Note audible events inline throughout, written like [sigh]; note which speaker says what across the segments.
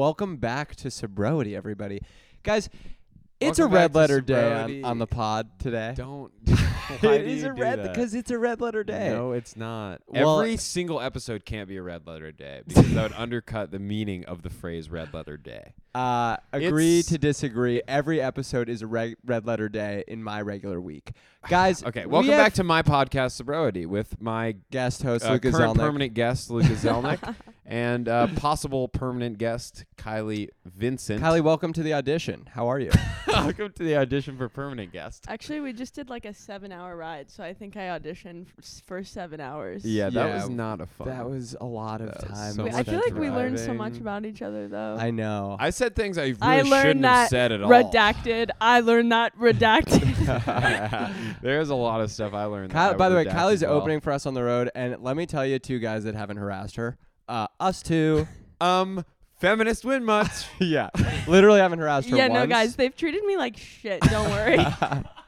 Speaker 1: Welcome back to Sobriety, everybody. Guys, it's
Speaker 2: Welcome
Speaker 1: a
Speaker 2: back
Speaker 1: red
Speaker 2: to
Speaker 1: letter day on,
Speaker 2: Sobriety.
Speaker 1: on the pod today. [laughs]
Speaker 2: Don't. [laughs] Why
Speaker 1: it
Speaker 2: do
Speaker 1: is
Speaker 2: you
Speaker 1: a
Speaker 2: do
Speaker 1: red
Speaker 2: that?
Speaker 1: because it's a red letter day.
Speaker 2: No, it's not.
Speaker 1: Well-
Speaker 2: Every single episode can't be a red letter [laughs] day because that would undercut the meaning of the phrase red letter day.
Speaker 1: Uh, agree
Speaker 2: It's-
Speaker 1: to disagree. Every episode is a reg- red letter day in my regular
Speaker 2: [sighs]
Speaker 1: week. Guys,
Speaker 2: Okay, welcome
Speaker 1: we have
Speaker 2: back to my podcast, Sobriety, with my
Speaker 1: guest host
Speaker 2: uh,
Speaker 1: Lucas
Speaker 2: current
Speaker 1: Zelnick.
Speaker 2: permanent guest, Lucas
Speaker 3: [laughs]
Speaker 2: Zelnick, and uh, possible permanent guest, Kylie Vincent. [laughs]
Speaker 1: Kylie, welcome to the audition. How are you?
Speaker 2: welcome to the audition for permanent guest.
Speaker 3: Actually, we just did like a seven-hour ride, so I think I auditioned for, s- for seven hours.
Speaker 2: Yeah, that
Speaker 1: Yeah,
Speaker 2: was not a fun.
Speaker 1: that was a lot of
Speaker 2: That was
Speaker 1: time.
Speaker 2: so
Speaker 3: Wait,
Speaker 2: much
Speaker 3: I feel like we learned so much
Speaker 2: driving.
Speaker 3: about each other, though.
Speaker 1: I know.
Speaker 2: I said things I really
Speaker 3: I
Speaker 2: shouldn't
Speaker 3: learned
Speaker 2: have
Speaker 3: that
Speaker 2: said at all.
Speaker 3: redacted. I learned
Speaker 2: [laughs]
Speaker 3: that redacted.
Speaker 2: There's a lot of stuff I learned. that
Speaker 1: Kylie,
Speaker 2: I
Speaker 1: by the way,
Speaker 2: redacted
Speaker 1: Kylie's
Speaker 2: well.
Speaker 1: opening for us on the road, and let me tell you, two guys that haven't harassed her, uh, us
Speaker 2: [laughs]
Speaker 1: two,
Speaker 2: Um, feminist
Speaker 1: [laughs]
Speaker 2: win much?
Speaker 1: yeah, literally haven't harassed her.
Speaker 3: yeah, no,
Speaker 1: once.
Speaker 3: guys, they've treated me like shit. Don't
Speaker 2: [laughs]
Speaker 3: worry. [laughs]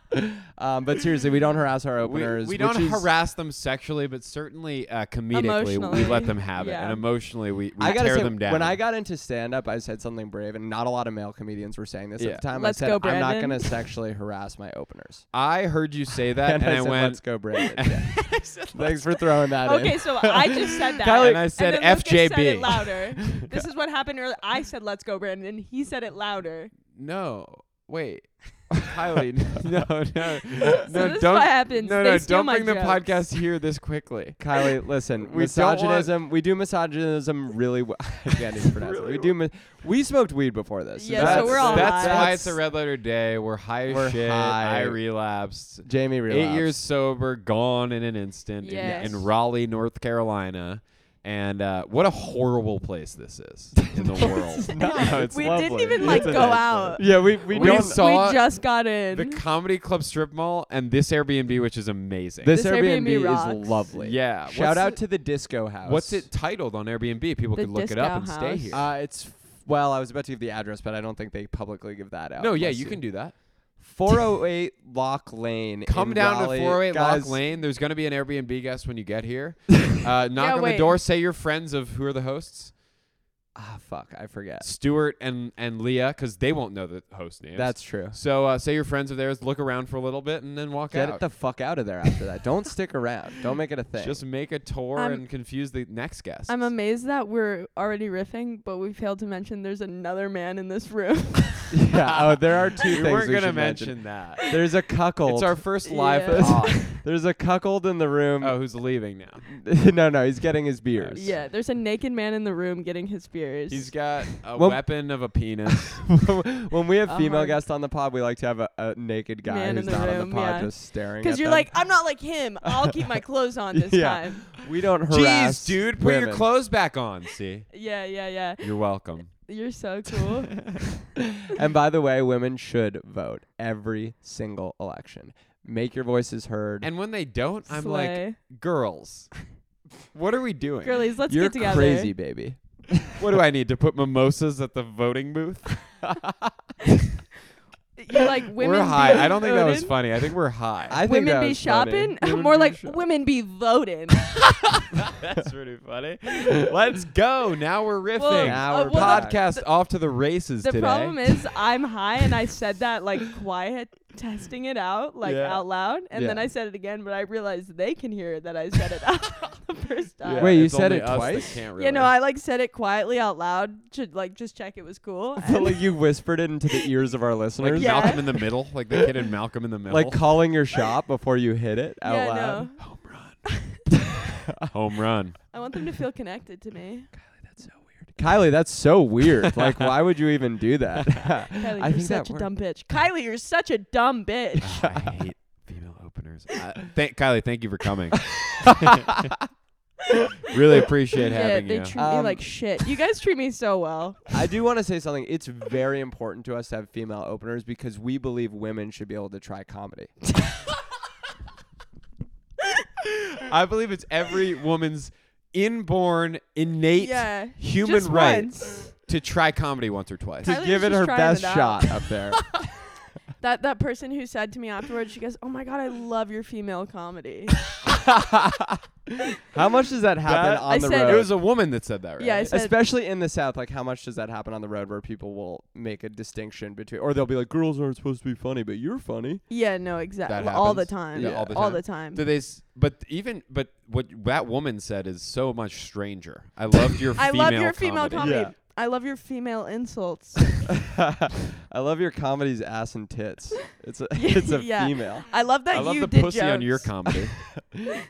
Speaker 1: um, but seriously, we don't harass our
Speaker 2: we,
Speaker 1: openers.
Speaker 2: we don't
Speaker 1: which is-
Speaker 2: harass them sexually, but certainly uh, comedically, we
Speaker 3: Emotionally,
Speaker 2: let them have it,
Speaker 3: yeah.
Speaker 2: and emotionally, we, we
Speaker 1: I gotta
Speaker 2: tear
Speaker 1: say,
Speaker 2: them down.
Speaker 1: when I got into stand up, I said something brave, and not a lot of male comedians were saying this
Speaker 2: Yeah.
Speaker 1: at the time.
Speaker 3: Let's
Speaker 1: I said,
Speaker 3: go,
Speaker 1: I'm not
Speaker 3: Brandon."
Speaker 1: going to sexually harass my openers.
Speaker 2: I heard
Speaker 1: [laughs]
Speaker 2: you say [laughs] that, and,
Speaker 1: I,
Speaker 2: I,
Speaker 1: said,
Speaker 2: went.
Speaker 1: let's go, Brandon.
Speaker 2: [laughs]
Speaker 1: Yeah. Thanks for throwing that in.
Speaker 3: okay, so I just said that.
Speaker 2: Kylie- And I said
Speaker 3: then Lucas said
Speaker 2: FJB. [laughs]
Speaker 3: it louder.
Speaker 1: [laughs]
Speaker 3: this is what happened earlier. I said, "Let's go, Brandon." He said it louder.
Speaker 2: No,
Speaker 1: [laughs]
Speaker 2: wait, [laughs] Kylie, [laughs] no, no, no,
Speaker 3: So this
Speaker 2: don't.
Speaker 3: is what happens.
Speaker 2: No,
Speaker 3: They
Speaker 2: no,
Speaker 3: steal
Speaker 2: don't
Speaker 3: my
Speaker 2: bring the
Speaker 3: jokes.
Speaker 2: podcast here this quickly.
Speaker 1: Kylie, listen,
Speaker 2: We don't want-
Speaker 1: misogynism. We do misogynism really well. [laughs] I can't even pronounce it.
Speaker 2: Really
Speaker 1: We do. Mi- we smoked weed before this.
Speaker 3: Yeah, so
Speaker 2: that's,
Speaker 3: we're all
Speaker 2: That's
Speaker 3: alive.
Speaker 2: why it's a red letter day. We're high as
Speaker 1: We're
Speaker 2: shit.
Speaker 1: high.
Speaker 2: I relapsed.
Speaker 1: Jamie relapsed.
Speaker 2: Eight years sober, gone in an instant in-
Speaker 3: Yes.
Speaker 2: in, Raleigh, North Carolina. And uh, what a horrible place this
Speaker 3: [laughs]
Speaker 2: is in the [laughs] world.
Speaker 1: No, it's
Speaker 3: we didn't
Speaker 1: lovely.
Speaker 3: even
Speaker 1: It's
Speaker 3: like
Speaker 1: a
Speaker 3: go
Speaker 1: nice
Speaker 3: out.
Speaker 1: Yeah, we we,
Speaker 2: We
Speaker 1: don't.
Speaker 2: saw- Saw-
Speaker 3: we just got in.
Speaker 2: the Comedy Club Strip Mall and this Airbnb, which is amazing.
Speaker 1: [laughs] This,
Speaker 3: This
Speaker 1: Airbnb,
Speaker 3: Airbnb
Speaker 1: is
Speaker 3: rocks.
Speaker 1: lovely.
Speaker 2: yeah.
Speaker 1: Shout
Speaker 2: what's
Speaker 1: out
Speaker 2: it,
Speaker 1: to the disco house.
Speaker 2: what's it titled on Airbnb? People
Speaker 3: The
Speaker 2: could look it up and
Speaker 3: disco
Speaker 2: stay
Speaker 3: house.
Speaker 2: here.
Speaker 1: Uh, it's well, I was about to give the address, but I don't think they publicly give that out.
Speaker 2: no, yeah,
Speaker 1: unless
Speaker 2: you
Speaker 1: [laughs]
Speaker 2: can do that.
Speaker 1: 408 Lock Lane.
Speaker 2: Come
Speaker 1: in
Speaker 2: down
Speaker 1: Raleigh.
Speaker 2: to 408
Speaker 1: Guys,
Speaker 2: Lock Lane. There's going to be an Airbnb guest when you
Speaker 1: [laughs]
Speaker 2: get here. Uh, knock on the
Speaker 3: wait.
Speaker 2: door. Say you're friends of who are the hosts?
Speaker 1: Ah, fuck, I forget.
Speaker 2: Stuart and, and Leah, because they won't know the host names.
Speaker 1: That's true.
Speaker 2: So uh, say your friends of theirs, look around for a little bit, and then walk
Speaker 1: Get
Speaker 2: out.
Speaker 1: the fuck out of there after that. Don't stick around. Don't make it a thing.
Speaker 2: Just make a tour
Speaker 3: I'm-
Speaker 2: and confuse the next guest. [laughs]
Speaker 3: I'm amazed that we're already riffing, but we failed to mention there's another man in
Speaker 2: [laughs]
Speaker 3: this room.
Speaker 1: [laughs] yeah. Oh, there are two
Speaker 2: we
Speaker 1: things
Speaker 2: weren't
Speaker 1: we
Speaker 2: gonna
Speaker 1: should mention.
Speaker 2: mention that.
Speaker 1: There's a cuckold.
Speaker 2: It's our first live
Speaker 3: Yeah. [laughs]
Speaker 2: pod.
Speaker 1: [laughs] There's a cuckold in the room.
Speaker 2: oh, who's leaving now?
Speaker 1: [laughs] no, no, he's getting his beers.
Speaker 3: yeah, there's a naked man in the room getting his beers.
Speaker 2: He's got
Speaker 1: [laughs]
Speaker 2: a
Speaker 1: Well-
Speaker 2: weapon of a penis.
Speaker 1: when we have female
Speaker 3: Uh-huh.
Speaker 1: guests on the pod, we like to have a, a naked guy
Speaker 3: Man in
Speaker 1: who's
Speaker 3: the
Speaker 1: not on
Speaker 3: room,
Speaker 1: the pod
Speaker 3: yeah.
Speaker 1: just staring.
Speaker 3: Because
Speaker 1: at
Speaker 3: you're
Speaker 1: them.
Speaker 3: like, I'm not like him. I'll keep my clothes on this
Speaker 1: Yeah.
Speaker 3: time.
Speaker 1: we don't [laughs] harass.
Speaker 2: Jeez, dude, put your
Speaker 1: women.
Speaker 2: clothes
Speaker 1: [laughs]
Speaker 2: back on. See,
Speaker 3: Yeah, yeah, yeah.
Speaker 2: you're welcome.
Speaker 3: You're so cool.
Speaker 1: And by the way, women should vote every single election. Make your voices heard.
Speaker 2: And when they don't, I'm like,
Speaker 3: Slay.
Speaker 2: girls, what are we doing?
Speaker 3: girlies, let's
Speaker 1: you're
Speaker 3: get together.
Speaker 1: crazy, baby.
Speaker 2: What do I need to put mimosas at the voting booth?
Speaker 3: You're like women.
Speaker 2: we're high.
Speaker 3: Be
Speaker 2: I don't think that was
Speaker 3: voting?
Speaker 2: funny. I think we're high.
Speaker 1: I think
Speaker 3: women
Speaker 1: that
Speaker 3: be
Speaker 1: was funny. [laughs]
Speaker 3: shopping. [laughs]
Speaker 2: Women
Speaker 3: More
Speaker 2: be
Speaker 3: like
Speaker 2: shop-
Speaker 3: women be voting.
Speaker 2: That's [laughs] pretty funny. Let's go. Now we're riffing.
Speaker 3: Well,
Speaker 1: Now
Speaker 3: uh,
Speaker 1: we're
Speaker 3: well,
Speaker 1: back.
Speaker 3: the-
Speaker 2: Podcast off to the races
Speaker 3: The
Speaker 2: today.
Speaker 3: problem
Speaker 2: [laughs]
Speaker 3: is I'm high and I said that like quiet, testing it out like
Speaker 2: Yeah.
Speaker 3: out loud, and then
Speaker 1: Yeah.
Speaker 3: I said it again, but I realized they can hear that I said it [laughs] out loud the first time.
Speaker 1: Wait, you
Speaker 2: it's
Speaker 1: said
Speaker 2: only
Speaker 1: it
Speaker 2: us that
Speaker 1: twice?
Speaker 2: can't
Speaker 3: You know,
Speaker 2: really.
Speaker 3: I like said it quietly out loud to like just check it
Speaker 2: [laughs]
Speaker 3: was cool.
Speaker 1: But
Speaker 3: and-
Speaker 1: like you whispered it into the ears of our listeners,
Speaker 2: like
Speaker 3: Yeah.
Speaker 2: Malcolm in the Middle, like the kid in Malcolm in the Middle.
Speaker 1: like calling your shot before you hit it out
Speaker 3: yeah,
Speaker 1: loud.
Speaker 3: no.
Speaker 2: home run. [laughs] home [laughs] run.
Speaker 3: I want them to feel connected to
Speaker 2: [laughs]
Speaker 3: me.
Speaker 1: That's so weird. Kylie, that's so weird. like, why would you even do that? [laughs]
Speaker 3: [laughs] Kylie,
Speaker 1: I
Speaker 3: you're
Speaker 1: think that
Speaker 3: such a
Speaker 1: worked.
Speaker 3: dumb bitch. Kylie, you're such a dumb
Speaker 2: [laughs]
Speaker 3: bitch.
Speaker 2: Ugh, I hate female openers. Uh, thank Kylie. Thank you for coming.
Speaker 3: [laughs]
Speaker 2: really appreciate
Speaker 3: yeah,
Speaker 2: having
Speaker 3: they
Speaker 2: you.
Speaker 3: treat
Speaker 1: Um,
Speaker 3: me like shit. You guys treat me so
Speaker 2: [laughs]
Speaker 3: well.
Speaker 1: I do want to say something. It's very important to us to have female openers because we believe women should be able to try
Speaker 3: [laughs]
Speaker 1: comedy.
Speaker 2: I believe it's every woman's inborn, innate
Speaker 3: yeah.
Speaker 2: human
Speaker 3: just
Speaker 2: right
Speaker 3: once.
Speaker 2: to try comedy once or twice.
Speaker 1: to
Speaker 3: Kylie was
Speaker 1: give it
Speaker 3: just
Speaker 1: her
Speaker 3: trying
Speaker 1: best
Speaker 3: it out.
Speaker 1: shot up
Speaker 3: [laughs]
Speaker 1: there.
Speaker 2: [laughs]
Speaker 3: That that person who said to me afterwards, she goes, "Oh my god, I love your female comedy."
Speaker 1: [laughs] How much does that happen
Speaker 2: That-
Speaker 1: on
Speaker 3: I
Speaker 1: the
Speaker 3: said-
Speaker 1: road?
Speaker 2: it was a woman that said that, right?
Speaker 3: Yeah, I said-
Speaker 1: Especially in the South, like how much does that happen on the road where people will make a distinction between, or they'll be like, girls aren't supposed to be funny, but you're funny. [laughs]
Speaker 3: Yeah, no, exactly.
Speaker 2: That
Speaker 3: All the
Speaker 2: happens?
Speaker 3: time.
Speaker 1: Yeah, all
Speaker 2: the
Speaker 3: All
Speaker 2: time.
Speaker 3: the time.
Speaker 2: Do they? s- But even but what that woman said is so much stranger. I loved your.
Speaker 3: [laughs] I
Speaker 2: female
Speaker 3: love your female comedy.
Speaker 1: Yeah.
Speaker 3: I love your female
Speaker 2: [laughs]
Speaker 3: insults.
Speaker 1: I love your comedy's ass and tits. It's a, it's a
Speaker 3: [laughs] Yeah.
Speaker 1: female.
Speaker 3: I love that
Speaker 2: I love
Speaker 3: you
Speaker 2: the
Speaker 3: did
Speaker 2: pussy on your
Speaker 3: jokes. [laughs]
Speaker 2: comedy.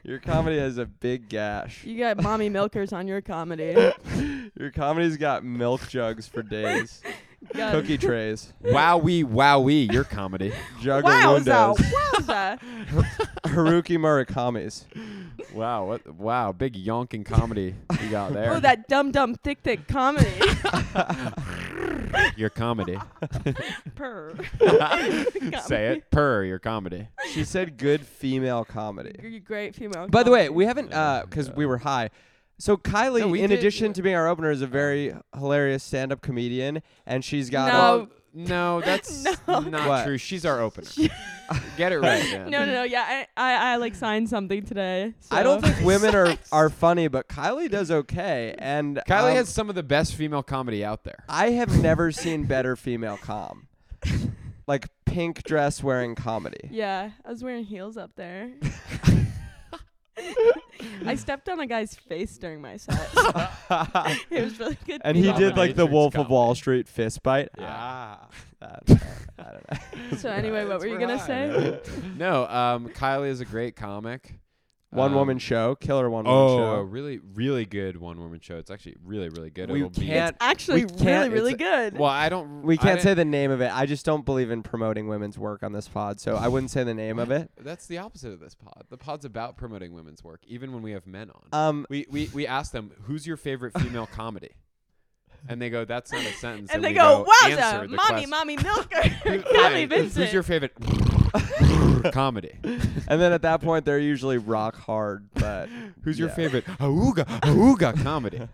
Speaker 1: Your comedy has a big gash.
Speaker 3: You got mommy milkers on your comedy.
Speaker 1: [laughs] Your comedy's got milk jugs for days,
Speaker 3: Got
Speaker 1: cookie trays,
Speaker 2: wowee, wowee, your comedy.
Speaker 1: juggawindos,
Speaker 3: Wowza, wowza.
Speaker 1: [laughs] Haruki Murakami's.
Speaker 2: [laughs] Wow, what? Wow, big yonking comedy you got there.
Speaker 3: Oh, that dumb dumb thick thick
Speaker 1: [laughs]
Speaker 3: comedy.
Speaker 2: your
Speaker 3: [laughs]
Speaker 2: comedy. [laughs]
Speaker 1: [laughs]
Speaker 3: Purr.
Speaker 2: Say it. Purr, your comedy.
Speaker 1: She said good female comedy.
Speaker 3: You're a great female.
Speaker 1: By the way,
Speaker 3: comedy.
Speaker 1: we haven't
Speaker 2: Yeah,
Speaker 1: because
Speaker 2: yeah.
Speaker 1: we were high. So Kylie,
Speaker 2: No, we
Speaker 1: in
Speaker 2: did-
Speaker 1: addition to being our opener, is a very hilarious stand-up comedian, and she's got
Speaker 3: No.
Speaker 2: Well, no, that's
Speaker 3: [laughs] No.
Speaker 2: not
Speaker 1: What?
Speaker 2: true. She's our opener. [laughs] Get it
Speaker 3: [laughs]
Speaker 2: right, man.
Speaker 3: No, no, no. Yeah, I, I, I like signed something today. So.
Speaker 1: I don't think women are are funny, but Kylie does okay. And
Speaker 2: Kylie
Speaker 1: um,
Speaker 2: has some of the best female comedy out there.
Speaker 1: I have never seen better female
Speaker 3: [laughs]
Speaker 1: com, like pink dress wearing comedy.
Speaker 3: [laughs] Yeah, I was wearing heels up there.
Speaker 1: [laughs]
Speaker 3: I stepped on a guy's face during my set.
Speaker 1: [laughs]
Speaker 3: it was really good.
Speaker 1: And he
Speaker 3: people.
Speaker 1: did like the
Speaker 2: Dominatrix
Speaker 1: Wolf of
Speaker 2: comedy.
Speaker 1: Wall Street fist bite.
Speaker 2: Yeah.
Speaker 1: Ah, that- I don't know.
Speaker 3: So anyway, what were you gonna say?
Speaker 2: no, um, Kylie is a great comic.
Speaker 1: One
Speaker 2: Um,
Speaker 1: woman show, killer one woman
Speaker 2: Oh, a
Speaker 1: show.
Speaker 2: really, really good one woman show. It's actually really, really good.
Speaker 1: We
Speaker 2: It'll be-
Speaker 1: can't-
Speaker 3: Actually,
Speaker 1: We can't-
Speaker 3: really, really good.
Speaker 2: Well, I don't.
Speaker 1: We
Speaker 2: I
Speaker 1: can't say the
Speaker 2: didn't-
Speaker 1: name of it. I just don't believe in promoting women's work on this pod, so I wouldn't say the name of it.
Speaker 2: That's the opposite of this pod. The pod's about promoting women's work, even when we have men on.
Speaker 1: Um,
Speaker 2: we we we ask them, "Who's your favorite female comedy?" And they go, "That's not a sentence."
Speaker 3: and they
Speaker 2: we
Speaker 3: go,
Speaker 2: "Answer
Speaker 3: "Wowza,
Speaker 2: the
Speaker 3: mommy,
Speaker 2: quest- [laughs]
Speaker 3: mommy, milker,
Speaker 2: Who-
Speaker 3: Kylie
Speaker 2: yeah,
Speaker 3: Vincent."
Speaker 2: Who's your favorite
Speaker 1: [laughs]
Speaker 2: comedy?
Speaker 1: and then at that
Speaker 2: [laughs]
Speaker 1: point, they're usually rock hard. But
Speaker 2: Who's your
Speaker 1: Yeah.
Speaker 2: favorite auga auga
Speaker 1: [laughs]
Speaker 2: comedy?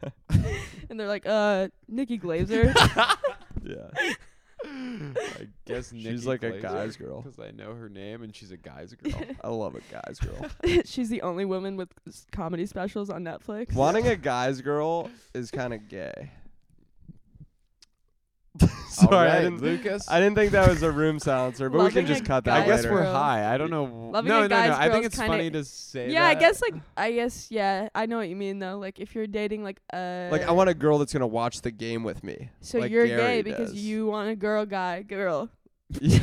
Speaker 3: and they're like, "Uh, Nikki Glazer." [laughs]
Speaker 1: yeah,
Speaker 2: I guess
Speaker 1: she's
Speaker 2: Nikki
Speaker 1: like a
Speaker 2: Glaser,
Speaker 1: guy's girl.
Speaker 2: 'cause I know her name and she's
Speaker 1: [laughs]
Speaker 2: a guy's girl.
Speaker 1: I love a guy's
Speaker 3: [laughs]
Speaker 1: girl.
Speaker 3: She's the only woman with s- comedy specials on Netflix.
Speaker 1: Wanting a guy's girl is kind of gay. [laughs]
Speaker 2: All
Speaker 1: Sorry, I
Speaker 2: right,
Speaker 1: didn't.
Speaker 2: Lucas.
Speaker 1: I didn't think that was a room silencer, but we can
Speaker 3: Loving a
Speaker 1: just cut that
Speaker 2: I
Speaker 3: guy's
Speaker 2: guess
Speaker 1: later.
Speaker 2: we're
Speaker 3: girl.
Speaker 2: high. I don't know. w-
Speaker 3: Loving
Speaker 2: no,
Speaker 3: a
Speaker 2: no,
Speaker 3: guy's
Speaker 2: no. I think
Speaker 3: girl's
Speaker 2: it's
Speaker 3: kinda-
Speaker 2: funny to say.
Speaker 3: Yeah, I
Speaker 2: that.
Speaker 3: guess like I guess yeah, I know what you mean though. Like if you're dating like uh
Speaker 1: like, I want a girl that's gonna watch the game with me.
Speaker 3: so
Speaker 1: like
Speaker 3: you're
Speaker 1: Gary
Speaker 3: gay because
Speaker 1: does. [laughs]
Speaker 3: you want a girl guy girl.
Speaker 1: Yeah.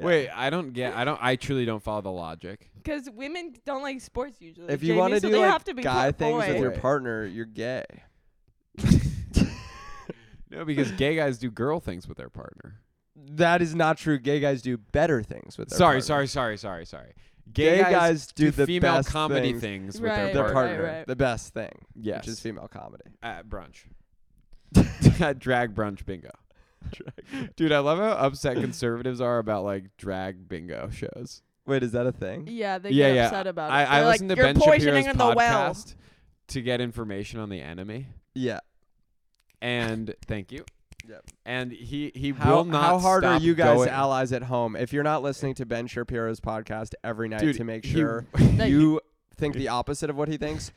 Speaker 2: Wait, I don't get. I don't. I truly don't follow the logic.
Speaker 3: Because women don't like sports usually.
Speaker 1: If you
Speaker 3: want
Speaker 1: want to
Speaker 3: so
Speaker 1: do
Speaker 3: they
Speaker 1: like
Speaker 3: have to be
Speaker 1: guy
Speaker 3: called
Speaker 1: things with
Speaker 3: boy.
Speaker 1: your
Speaker 2: Boy.
Speaker 1: partner, you're gay.
Speaker 2: No, because gay guys do girl things with their partner.
Speaker 1: That is not true. Gay guys do better things with their
Speaker 2: sorry,
Speaker 1: partner.
Speaker 2: sorry, sorry, sorry, sorry.
Speaker 1: Gay, guys, do, the
Speaker 2: female
Speaker 1: best
Speaker 2: comedy
Speaker 1: things,
Speaker 2: things, with
Speaker 3: Right,
Speaker 2: their
Speaker 1: with Their
Speaker 2: partner.
Speaker 1: partner,
Speaker 3: right.
Speaker 1: the best thing,
Speaker 2: Yes,
Speaker 1: which is female comedy.
Speaker 2: at brunch. [laughs] drag brunch bingo. Dude, I love how upset conservatives are about like drag bingo shows.
Speaker 1: Wait, is that a thing?
Speaker 3: Yeah, they
Speaker 2: Yeah,
Speaker 3: get
Speaker 2: yeah,
Speaker 3: upset about
Speaker 2: I, I
Speaker 3: it. Uh, They're like,
Speaker 2: listened to
Speaker 3: You're
Speaker 2: Ben
Speaker 3: poisoning
Speaker 2: Shapiro's
Speaker 3: the well.
Speaker 2: podcast to get information on the enemy,
Speaker 1: Yeah.
Speaker 2: and thank you.
Speaker 1: Yep.
Speaker 2: And he he
Speaker 1: How,
Speaker 2: will not.
Speaker 1: how hard are
Speaker 2: stop
Speaker 1: you guys
Speaker 2: going-
Speaker 1: allies at home if you're not listening to Ben Shapiro's podcast every night
Speaker 2: Dude,
Speaker 1: to make
Speaker 2: he-
Speaker 1: sure
Speaker 3: That
Speaker 1: you think the opposite of what he thinks?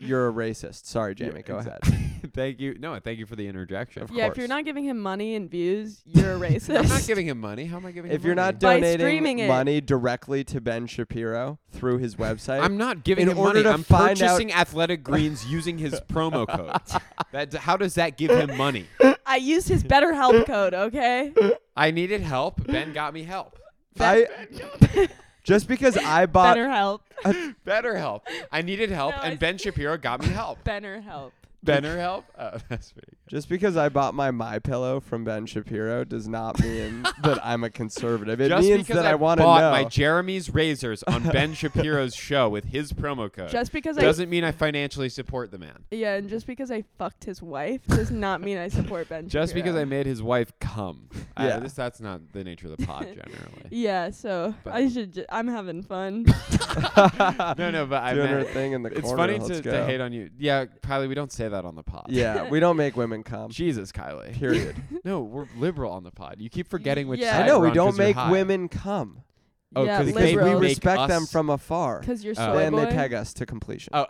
Speaker 1: You're a racist. Sorry,
Speaker 2: Yeah,
Speaker 1: Jamie. go
Speaker 2: exactly. [laughs] thank you. No, thank you for the interjection.
Speaker 1: Of
Speaker 3: Yeah, if
Speaker 1: course.
Speaker 3: you're not giving him money and views, you're a racist.
Speaker 2: I'm not giving him money. How am I giving?
Speaker 1: ahead. [laughs] If
Speaker 2: him
Speaker 1: you're
Speaker 2: money?
Speaker 1: not
Speaker 3: By
Speaker 1: donating
Speaker 3: streaming it.
Speaker 1: money directly to Ben Shapiro through his website,
Speaker 2: I'm not giving
Speaker 1: in
Speaker 2: him
Speaker 1: order
Speaker 2: money.
Speaker 1: to
Speaker 2: I'm
Speaker 1: find out-
Speaker 2: purchasing Athletic Greens
Speaker 1: [laughs]
Speaker 2: using his promo code. That how does that give him money?
Speaker 3: [laughs] I use his BetterHelp code, okay?
Speaker 1: [laughs]
Speaker 2: I needed help. Ben got me help.
Speaker 1: I, just because
Speaker 3: [laughs]
Speaker 1: I bought
Speaker 3: BetterHelp.
Speaker 2: Better help. I needed help,
Speaker 3: No,
Speaker 2: and
Speaker 3: it's-
Speaker 2: Ben Shapiro got me help. [laughs]
Speaker 3: BetterHelp.
Speaker 2: Benner help. Oh, [laughs] that's pretty.
Speaker 1: Just because I bought my My Pillow from Ben Shapiro does not
Speaker 3: [laughs]
Speaker 1: mean that I'm a conservative. It
Speaker 2: Just
Speaker 1: means
Speaker 2: because
Speaker 1: that I, want to
Speaker 2: bought
Speaker 1: know.
Speaker 2: my Jeremy's razors
Speaker 1: [laughs]
Speaker 2: on Ben Shapiro's show with his promo code
Speaker 3: Just because I
Speaker 2: doesn't mean I financially support the man.
Speaker 3: yeah, and just because I fucked his wife does not mean I support Ben.
Speaker 2: [laughs] Just
Speaker 3: [laughs]
Speaker 2: because
Speaker 3: Shapiro.
Speaker 2: I made his wife [laughs] come. I-
Speaker 1: Yeah.
Speaker 2: this, that's not the nature of the pod generally.
Speaker 3: Yeah, so
Speaker 2: But-
Speaker 3: I should. Ju- I'm having fun.
Speaker 2: [laughs] no, no, but I
Speaker 1: doing her
Speaker 2: meant,
Speaker 1: thing in the
Speaker 2: it's
Speaker 1: corner.
Speaker 2: funny
Speaker 1: Let's
Speaker 2: to,
Speaker 1: go.
Speaker 2: to hate on you. Yeah, Kylie, we don't say that on the pod.
Speaker 1: [laughs] Yeah, we don't make women come.
Speaker 2: [laughs] Jesus, Kylie. [laughs]
Speaker 1: Period.
Speaker 2: No, we're liberal on the pod. You keep forgetting which
Speaker 3: Yeah.
Speaker 2: side
Speaker 1: I know
Speaker 2: we're
Speaker 1: we
Speaker 2: on
Speaker 1: don't
Speaker 2: 'cause you're
Speaker 1: make
Speaker 2: high.
Speaker 1: women come.
Speaker 2: [laughs] Oh,
Speaker 3: yeah,
Speaker 2: 'cause
Speaker 1: because we
Speaker 3: liberals.
Speaker 2: make
Speaker 1: respect them
Speaker 2: us-
Speaker 1: from afar.
Speaker 3: [laughs] Because you're
Speaker 2: Oh.
Speaker 3: soy
Speaker 1: Then
Speaker 3: boy.
Speaker 1: they peg us to completion.
Speaker 2: Oh.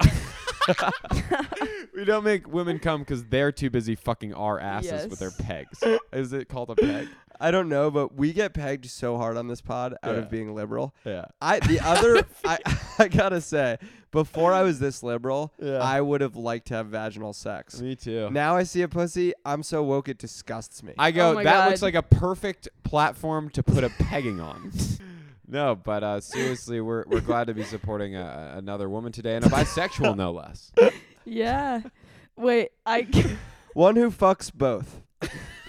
Speaker 2: we don't make women come because they're too busy fucking our asses with their
Speaker 3: Yes.
Speaker 2: pegs. Is it called a [laughs] peg?
Speaker 1: I don't know, but we get pegged so hard on this pod out
Speaker 2: Yeah.
Speaker 1: of being liberal.
Speaker 2: Yeah. [laughs]
Speaker 1: I the other I [laughs] I gotta say, before I was this liberal,
Speaker 2: Yeah.
Speaker 1: I would have liked to have vaginal sex.
Speaker 2: Me too.
Speaker 1: Now I see a pussy, I'm so woke it disgusts me.
Speaker 2: I go.
Speaker 3: Oh my
Speaker 2: that looks
Speaker 3: God.
Speaker 2: like a perfect platform to
Speaker 3: [laughs]
Speaker 2: put a pegging on. No, but uh, seriously, we're we're glad to be supporting uh, a, a- another woman today and a bisexual, no less.
Speaker 3: [laughs] yeah. Wait, I, [laughs]
Speaker 1: One who fucks both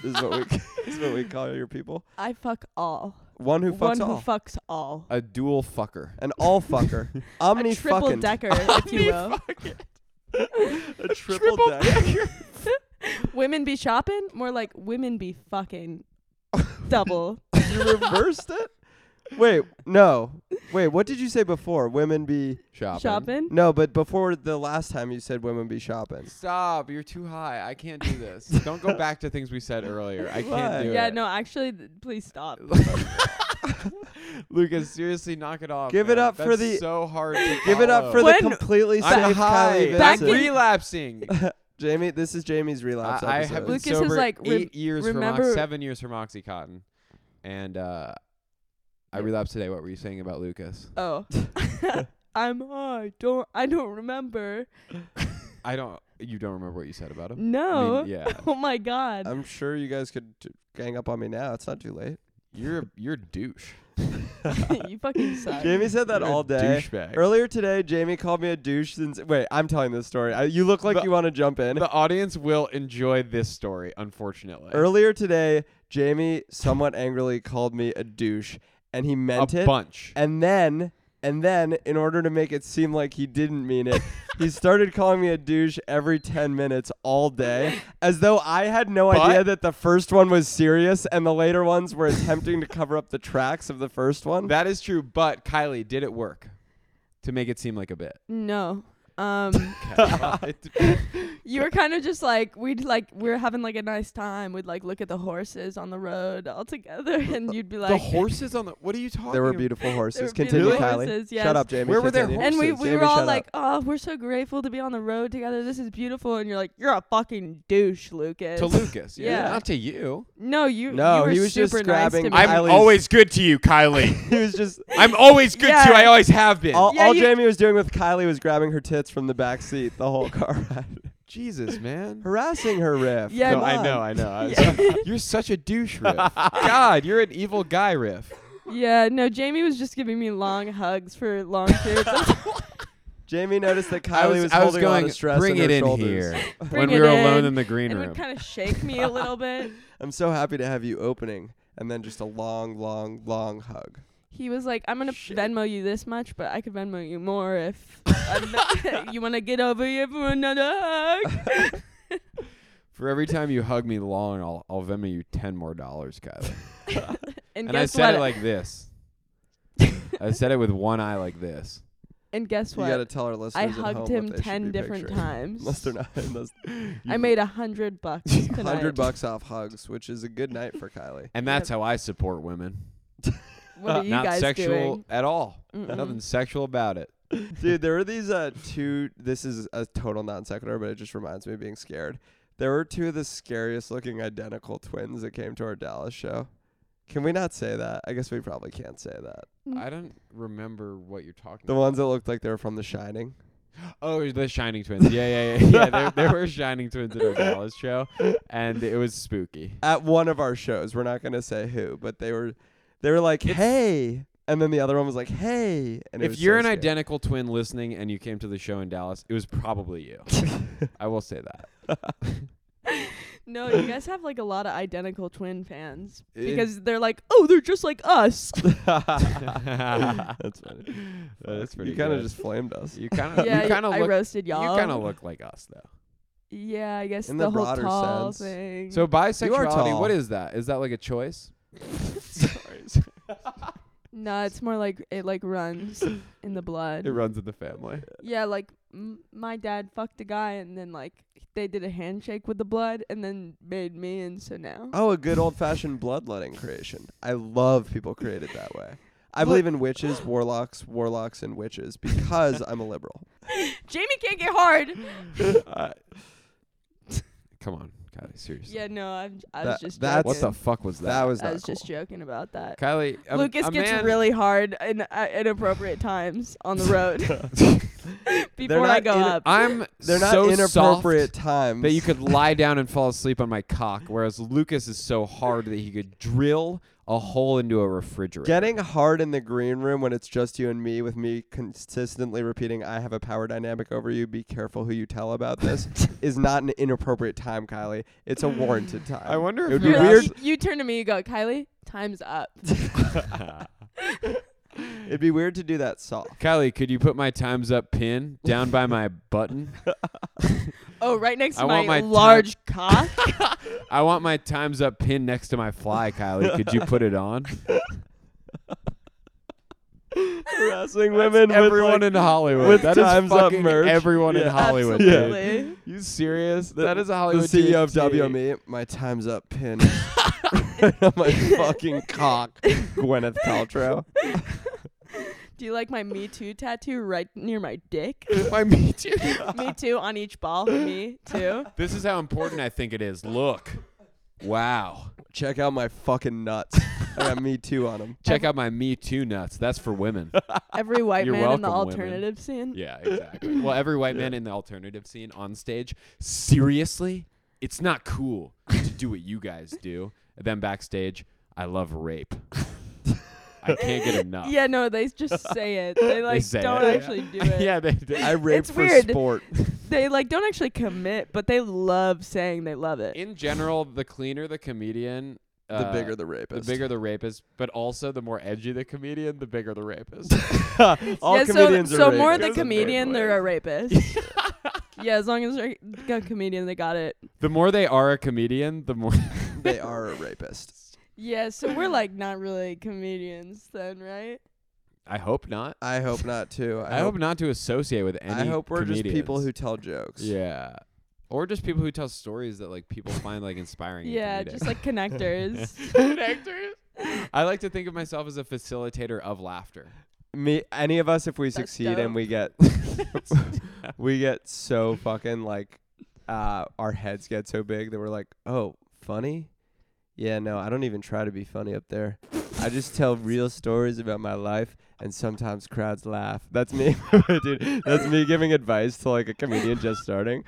Speaker 1: is what we [laughs] is what we call your people.
Speaker 3: [laughs] I fuck all.
Speaker 1: One who fucks
Speaker 3: One
Speaker 1: all.
Speaker 3: who fucks all.
Speaker 2: A dual fucker.
Speaker 1: An all fucker. [laughs] Omni
Speaker 3: [laughs] a triple
Speaker 1: fucking. [laughs]
Speaker 3: decker, if you will.
Speaker 1: a triple, decker.
Speaker 3: Women be shopping? More like women be fucking. Double.
Speaker 1: [laughs] you reversed it? Wait, no. Wait, what did you say before? Women be
Speaker 2: [laughs] [laughs] Shopping.
Speaker 3: Shopping?
Speaker 1: No, but before the last time you said women be shopping.
Speaker 2: Stop! You're too high. I can't do this. Don't go back to things we said earlier. I
Speaker 1: Why?
Speaker 2: can't do
Speaker 3: yeah,
Speaker 2: it.
Speaker 3: no, actually, th- please stop.
Speaker 2: [laughs] Lucas, seriously, knock it off.
Speaker 1: Give it
Speaker 2: man.
Speaker 1: up for
Speaker 2: That's
Speaker 1: the-
Speaker 2: so hard. to
Speaker 1: Give it up
Speaker 2: follow.
Speaker 1: for
Speaker 3: When-
Speaker 1: the completely
Speaker 2: I'm
Speaker 1: safe
Speaker 2: high.
Speaker 1: Kylie
Speaker 3: Back
Speaker 2: That's
Speaker 1: Vincent.
Speaker 3: in-
Speaker 2: relapsing.
Speaker 1: Jamie, this is Jamie's relapse
Speaker 2: I, I
Speaker 1: episode.
Speaker 2: have been
Speaker 3: Lucas is
Speaker 2: sober
Speaker 3: like,
Speaker 2: eight
Speaker 3: rem-
Speaker 2: years from
Speaker 3: remember-
Speaker 2: seven years from OxyContin, and uh, I
Speaker 3: Yeah.
Speaker 2: relapsed today. What were you saying about Lucas?
Speaker 3: Oh. [laughs] I'm high. Don't I don't remember.
Speaker 2: I don't. You don't remember what you said about him? I mean,
Speaker 3: No.
Speaker 2: yeah.
Speaker 3: Oh my god.
Speaker 1: I'm sure you guys could t- gang up on me now. It's not too late.
Speaker 2: You're a- you're a douche.
Speaker 3: [laughs] you fucking suck.
Speaker 1: Jamie said that
Speaker 2: You're a
Speaker 1: all day.
Speaker 2: Douchebag.
Speaker 1: Earlier today, Jamie called me a douche since. Wait, I'm telling this story. I, you look like
Speaker 2: The-
Speaker 1: you want to jump in.
Speaker 2: the audience will enjoy this story, unfortunately.
Speaker 1: Earlier today, Jamie somewhat angrily called me a douche, and he
Speaker 2: a
Speaker 1: meant it.
Speaker 2: bunch.
Speaker 1: And then, and then, in order to make it seem like he didn't mean
Speaker 2: [laughs]
Speaker 1: it, he started calling me a douche every 10 minutes all day, as though I had no
Speaker 2: But-
Speaker 1: idea that the first one was serious and the later ones were attempting to cover up the tracks of the first one.
Speaker 2: That is true, but Kylie, did it work? To make it seem like
Speaker 1: [laughs]
Speaker 2: a bit.
Speaker 3: No. Um
Speaker 2: [laughs]
Speaker 3: you were kind of just like we'd like we were having like a nice time. We'd like look at the horses on the road all together [laughs] and you'd be like
Speaker 2: the horses on the. What are you talking?
Speaker 1: there were
Speaker 2: about?
Speaker 1: beautiful horses.
Speaker 3: were
Speaker 1: Continue,
Speaker 3: beautiful
Speaker 1: Kylie. Shut
Speaker 3: horses, yes.
Speaker 1: up, Jamie.
Speaker 2: Where were their
Speaker 1: Continue.
Speaker 3: and we, we
Speaker 1: Jamie,
Speaker 3: were all
Speaker 1: shut up.
Speaker 3: like, oh, we're so grateful to be on the road together. This is beautiful. And you're like, you're a fucking douche, Lucas.
Speaker 2: To Lucas, yeah,
Speaker 3: Yeah.
Speaker 2: not to you.
Speaker 3: No, you.
Speaker 1: No,
Speaker 3: you were
Speaker 1: he was just
Speaker 3: super nice to
Speaker 1: grabbing-
Speaker 3: me.
Speaker 1: I'm Kylie's- always
Speaker 2: good to
Speaker 1: [laughs]
Speaker 2: you, Kylie.
Speaker 1: [laughs] he was just
Speaker 2: I'm always
Speaker 3: good to you. I Yeah.
Speaker 2: always have been.
Speaker 1: all,
Speaker 3: Yeah,
Speaker 1: all
Speaker 3: you-
Speaker 1: Jamie was doing with Kylie was grabbing her tits from the back seat the whole car ride,
Speaker 2: Jesus, man.
Speaker 1: [laughs] harassing her riff.
Speaker 3: Yeah,
Speaker 1: Come
Speaker 2: no, I
Speaker 1: on.
Speaker 2: know, I know.
Speaker 3: [laughs]
Speaker 2: I was-
Speaker 3: Yeah.
Speaker 2: [laughs] you're such a douche, [laughs] Riff. God, you're an evil guy, Riff.
Speaker 3: yeah, no, Jamie was just giving me long hugs for long
Speaker 1: [laughs]
Speaker 3: periods. of time.
Speaker 1: Jamie noticed [laughs] that Kylie
Speaker 2: I was,
Speaker 1: was,
Speaker 2: I was
Speaker 1: holding
Speaker 2: going.
Speaker 1: a lot of stress
Speaker 2: bring
Speaker 1: on
Speaker 2: it
Speaker 1: her
Speaker 2: in
Speaker 1: shoulders.
Speaker 2: here. [laughs]
Speaker 3: Bring
Speaker 2: when we
Speaker 3: it
Speaker 2: were alone
Speaker 3: in,
Speaker 2: in the green
Speaker 3: and
Speaker 2: room.
Speaker 3: would kind of shake me a little
Speaker 1: [laughs]
Speaker 3: bit.
Speaker 1: I'm so happy to have you opening, and then just a long, long, long [laughs] hug.
Speaker 3: He was like, I'm gonna
Speaker 1: Shit.
Speaker 3: Venmo you this much, but I could Venmo you
Speaker 1: [laughs]
Speaker 3: more if [laughs] I'm- you wanna get over here for another
Speaker 1: [laughs]
Speaker 3: hug.
Speaker 2: For every time you hug me long, I'll I'll Venmo you ten more dollars, Kylie. And
Speaker 3: and,
Speaker 2: I
Speaker 3: guess
Speaker 2: said
Speaker 3: what?
Speaker 2: it like
Speaker 3: [laughs]
Speaker 2: this. I said it with one eye like this.
Speaker 3: and guess
Speaker 1: You got to
Speaker 3: what?
Speaker 1: tell our listeners.
Speaker 3: I
Speaker 1: at
Speaker 3: hugged
Speaker 1: home
Speaker 3: him
Speaker 1: what they should
Speaker 3: ten
Speaker 1: be
Speaker 3: different
Speaker 1: picturing. [laughs] Unless
Speaker 3: times.
Speaker 1: they're not. [laughs] Unless
Speaker 3: I made a
Speaker 1: [laughs]
Speaker 3: hundred bucks
Speaker 1: a
Speaker 3: tonight.
Speaker 1: hundred bucks off hugs, which is a good night for Kylie.
Speaker 2: And that's how I support women.
Speaker 3: What are you
Speaker 2: Uh, Not
Speaker 3: guys
Speaker 2: sexual
Speaker 3: doing?
Speaker 2: at all.
Speaker 3: Mm-mm.
Speaker 2: Nothing sexual about it.
Speaker 1: Dude, there were these uh two. This is a total non sequitur, but it just reminds me of being scared. There were two of the scariest looking identical twins that came to our Dallas show. Can we not say that? I guess we probably can't say that.
Speaker 3: Mm.
Speaker 2: I don't remember what you're talking
Speaker 1: The
Speaker 2: about.
Speaker 1: ones that looked like they were from The Shining.
Speaker 2: Oh, the Shining Twins. Yeah, yeah, yeah. yeah there,
Speaker 1: [laughs]
Speaker 2: there were Shining Twins at our Dallas show, and it was spooky.
Speaker 1: At one of our shows, we're not gonna say who, but they were, they were like, "Hey," and then the other one was like, "Hey." And it
Speaker 2: If
Speaker 1: was
Speaker 2: you're
Speaker 1: so
Speaker 2: an
Speaker 1: scary.
Speaker 2: identical twin listening and you came to the show in Dallas, it was probably
Speaker 1: [laughs]
Speaker 2: you. I will say that.
Speaker 3: No, you guys have like a lot of identical twin fans
Speaker 2: It-
Speaker 3: because they're like, oh, they're just like us.
Speaker 1: [laughs]
Speaker 2: [laughs]
Speaker 1: That's funny.
Speaker 2: Uh, that's pretty
Speaker 1: you kind of
Speaker 2: good.
Speaker 1: just flamed us.
Speaker 2: [laughs] [laughs] You kind of
Speaker 3: yeah,
Speaker 2: you kind of
Speaker 3: I
Speaker 2: look
Speaker 3: roasted
Speaker 2: you
Speaker 3: y'all.
Speaker 2: kind of look like us though.
Speaker 3: Yeah, I guess
Speaker 1: In
Speaker 3: the,
Speaker 1: the
Speaker 3: whole
Speaker 1: broader
Speaker 3: tall
Speaker 1: sense.
Speaker 3: thing.
Speaker 2: So bisexuality,
Speaker 1: tall.
Speaker 2: what is that? Is that like
Speaker 1: [laughs]
Speaker 2: a choice?
Speaker 3: no, it's more like it like
Speaker 2: [laughs]
Speaker 3: runs in the blood.
Speaker 2: It runs in
Speaker 1: [laughs]
Speaker 2: the family.
Speaker 3: Yeah, like m- my dad fucked a guy and then like they did a handshake with the blood and then made me and so now.
Speaker 1: Oh, a good old fashioned bloodletting creation. I love people created that way. I believe in witches, warlocks, warlocks, and witches because I'm a liberal.
Speaker 3: Jamie can't get hard.
Speaker 2: [laughs] Uh, come on, Kylie. Seriously.
Speaker 3: Yeah, no, I'm, I
Speaker 1: That-
Speaker 3: was just
Speaker 1: that's-
Speaker 3: joking.
Speaker 2: What the fuck was
Speaker 1: That
Speaker 2: [laughs] that?
Speaker 1: was
Speaker 3: I
Speaker 1: not
Speaker 3: was
Speaker 1: cool.
Speaker 3: just joking about that.
Speaker 2: Kylie. a-
Speaker 3: Lucas
Speaker 2: a
Speaker 3: gets
Speaker 2: man-
Speaker 3: really hard in at inappropriate times on
Speaker 1: [laughs]
Speaker 3: the road [laughs] before I
Speaker 1: not
Speaker 3: go
Speaker 1: in-
Speaker 3: up.
Speaker 2: I'm
Speaker 1: They're not
Speaker 2: so
Speaker 1: inappropriate
Speaker 2: soft
Speaker 1: times.
Speaker 2: that you could lie down and fall asleep on my cock, whereas Lucas is so hard that he could drill a hole into a refrigerator.
Speaker 1: Getting hard in the green room when it's just you and me, with me consistently repeating, "I have a power dynamic over you. Be careful who you tell about
Speaker 2: [laughs]
Speaker 1: this," is not an inappropriate time, Kylie. It's a warranted time.
Speaker 2: I wonder
Speaker 1: It
Speaker 2: if
Speaker 1: would be
Speaker 3: You're
Speaker 2: Lucas-
Speaker 3: like-
Speaker 1: weird.
Speaker 3: You, you turn to me, you go, Kylie, time's
Speaker 1: [laughs]
Speaker 3: up.
Speaker 1: It'd be weird to do that soft.
Speaker 2: [laughs] Kylie, could you put my times up pin down by my button?
Speaker 3: Oh, right next to
Speaker 2: I
Speaker 3: my,
Speaker 2: want my time-
Speaker 3: large cock.
Speaker 2: I want my times up pin next to my fly, Kylie. Could you put
Speaker 1: [laughs]
Speaker 2: it on?
Speaker 1: Harassing
Speaker 2: That's everyone in Hollywood.
Speaker 1: with
Speaker 2: That is
Speaker 1: times up
Speaker 2: fucking
Speaker 1: merch.
Speaker 2: everyone in
Speaker 1: Yeah.
Speaker 2: [laughs] Hollywood. dude.
Speaker 3: Absolutely.
Speaker 2: You serious?
Speaker 1: The-
Speaker 2: that is a
Speaker 1: the
Speaker 2: Hollywood.
Speaker 1: CEO of E.
Speaker 2: TNT.
Speaker 1: WME. My time's up.
Speaker 3: [laughs]
Speaker 1: Pin [laughs] right on my fucking cock, Gwyneth Paltrow.
Speaker 3: Do you like my Me Too tattoo right near my
Speaker 1: [laughs]
Speaker 3: dick?
Speaker 2: My me too.
Speaker 3: me Too on each ball for me, too.
Speaker 2: This is how important I think it is. Look. Wow.
Speaker 1: Check out my fucking nuts. I got me too on them.
Speaker 2: Check out my Me Too nuts. That's
Speaker 1: [laughs]
Speaker 2: for women.
Speaker 3: Every white
Speaker 2: You're
Speaker 3: man in the
Speaker 2: welcome, women.
Speaker 3: alternative scene.
Speaker 2: yeah, exactly. Well, every white man in the alternative scene on stage, seriously, it's not cool to do what you guys do. And then backstage, I love rape. I
Speaker 1: [laughs]
Speaker 2: can't get enough.
Speaker 3: Yeah, no,
Speaker 2: [laughs]
Speaker 3: they just say it. They like
Speaker 2: say
Speaker 3: don't
Speaker 2: it.
Speaker 3: actually do
Speaker 2: [laughs]
Speaker 3: it.
Speaker 2: yeah, they do.
Speaker 1: I rape
Speaker 3: It's
Speaker 1: for
Speaker 3: weird. [laughs]
Speaker 1: sport.
Speaker 3: They like don't actually commit, but they love saying they love it.
Speaker 2: in general, the cleaner the comedian, uh,
Speaker 1: the bigger the
Speaker 2: the
Speaker 1: rapist.
Speaker 2: bigger the rapist, but also the more edgy the comedian, the bigger
Speaker 1: [laughs]
Speaker 2: the rapist.
Speaker 1: All
Speaker 3: [laughs] yeah,
Speaker 1: comedians
Speaker 3: so,
Speaker 1: are
Speaker 3: so
Speaker 1: rapists.
Speaker 3: more the
Speaker 2: That's a great
Speaker 3: comedian,
Speaker 2: way.
Speaker 3: they're a rapist.
Speaker 2: [laughs]
Speaker 3: yeah, as long as they're a comedian, they got it.
Speaker 2: the more they are a comedian, the more
Speaker 1: they are a rapist.
Speaker 3: Yeah, so we're like not really comedians then, right?
Speaker 2: I hope not.
Speaker 1: I hope not too. I,
Speaker 2: I, hope, not to associate with any.
Speaker 1: I hope we're just people who
Speaker 2: comedians.
Speaker 1: tell jokes.
Speaker 2: Yeah. Or just people who tell stories that like people find like inspiring. and
Speaker 3: Yeah,
Speaker 2: comedic.
Speaker 3: just like connectors.
Speaker 2: [laughs]
Speaker 3: [laughs]
Speaker 2: Connectors. [laughs] I like to think of myself as a facilitator of laughter.
Speaker 1: Me any of us if we
Speaker 3: That's
Speaker 1: succeed and
Speaker 3: dope.
Speaker 1: we get [laughs]
Speaker 3: [laughs]
Speaker 1: we get so fucking like uh our heads get so big that we're like, "Oh, funny?" Yeah, no, I don't even try to be funny up there. I just tell real stories about my life and sometimes crowds laugh. That's me. [laughs] Dude, that's me giving advice to like a comedian just starting.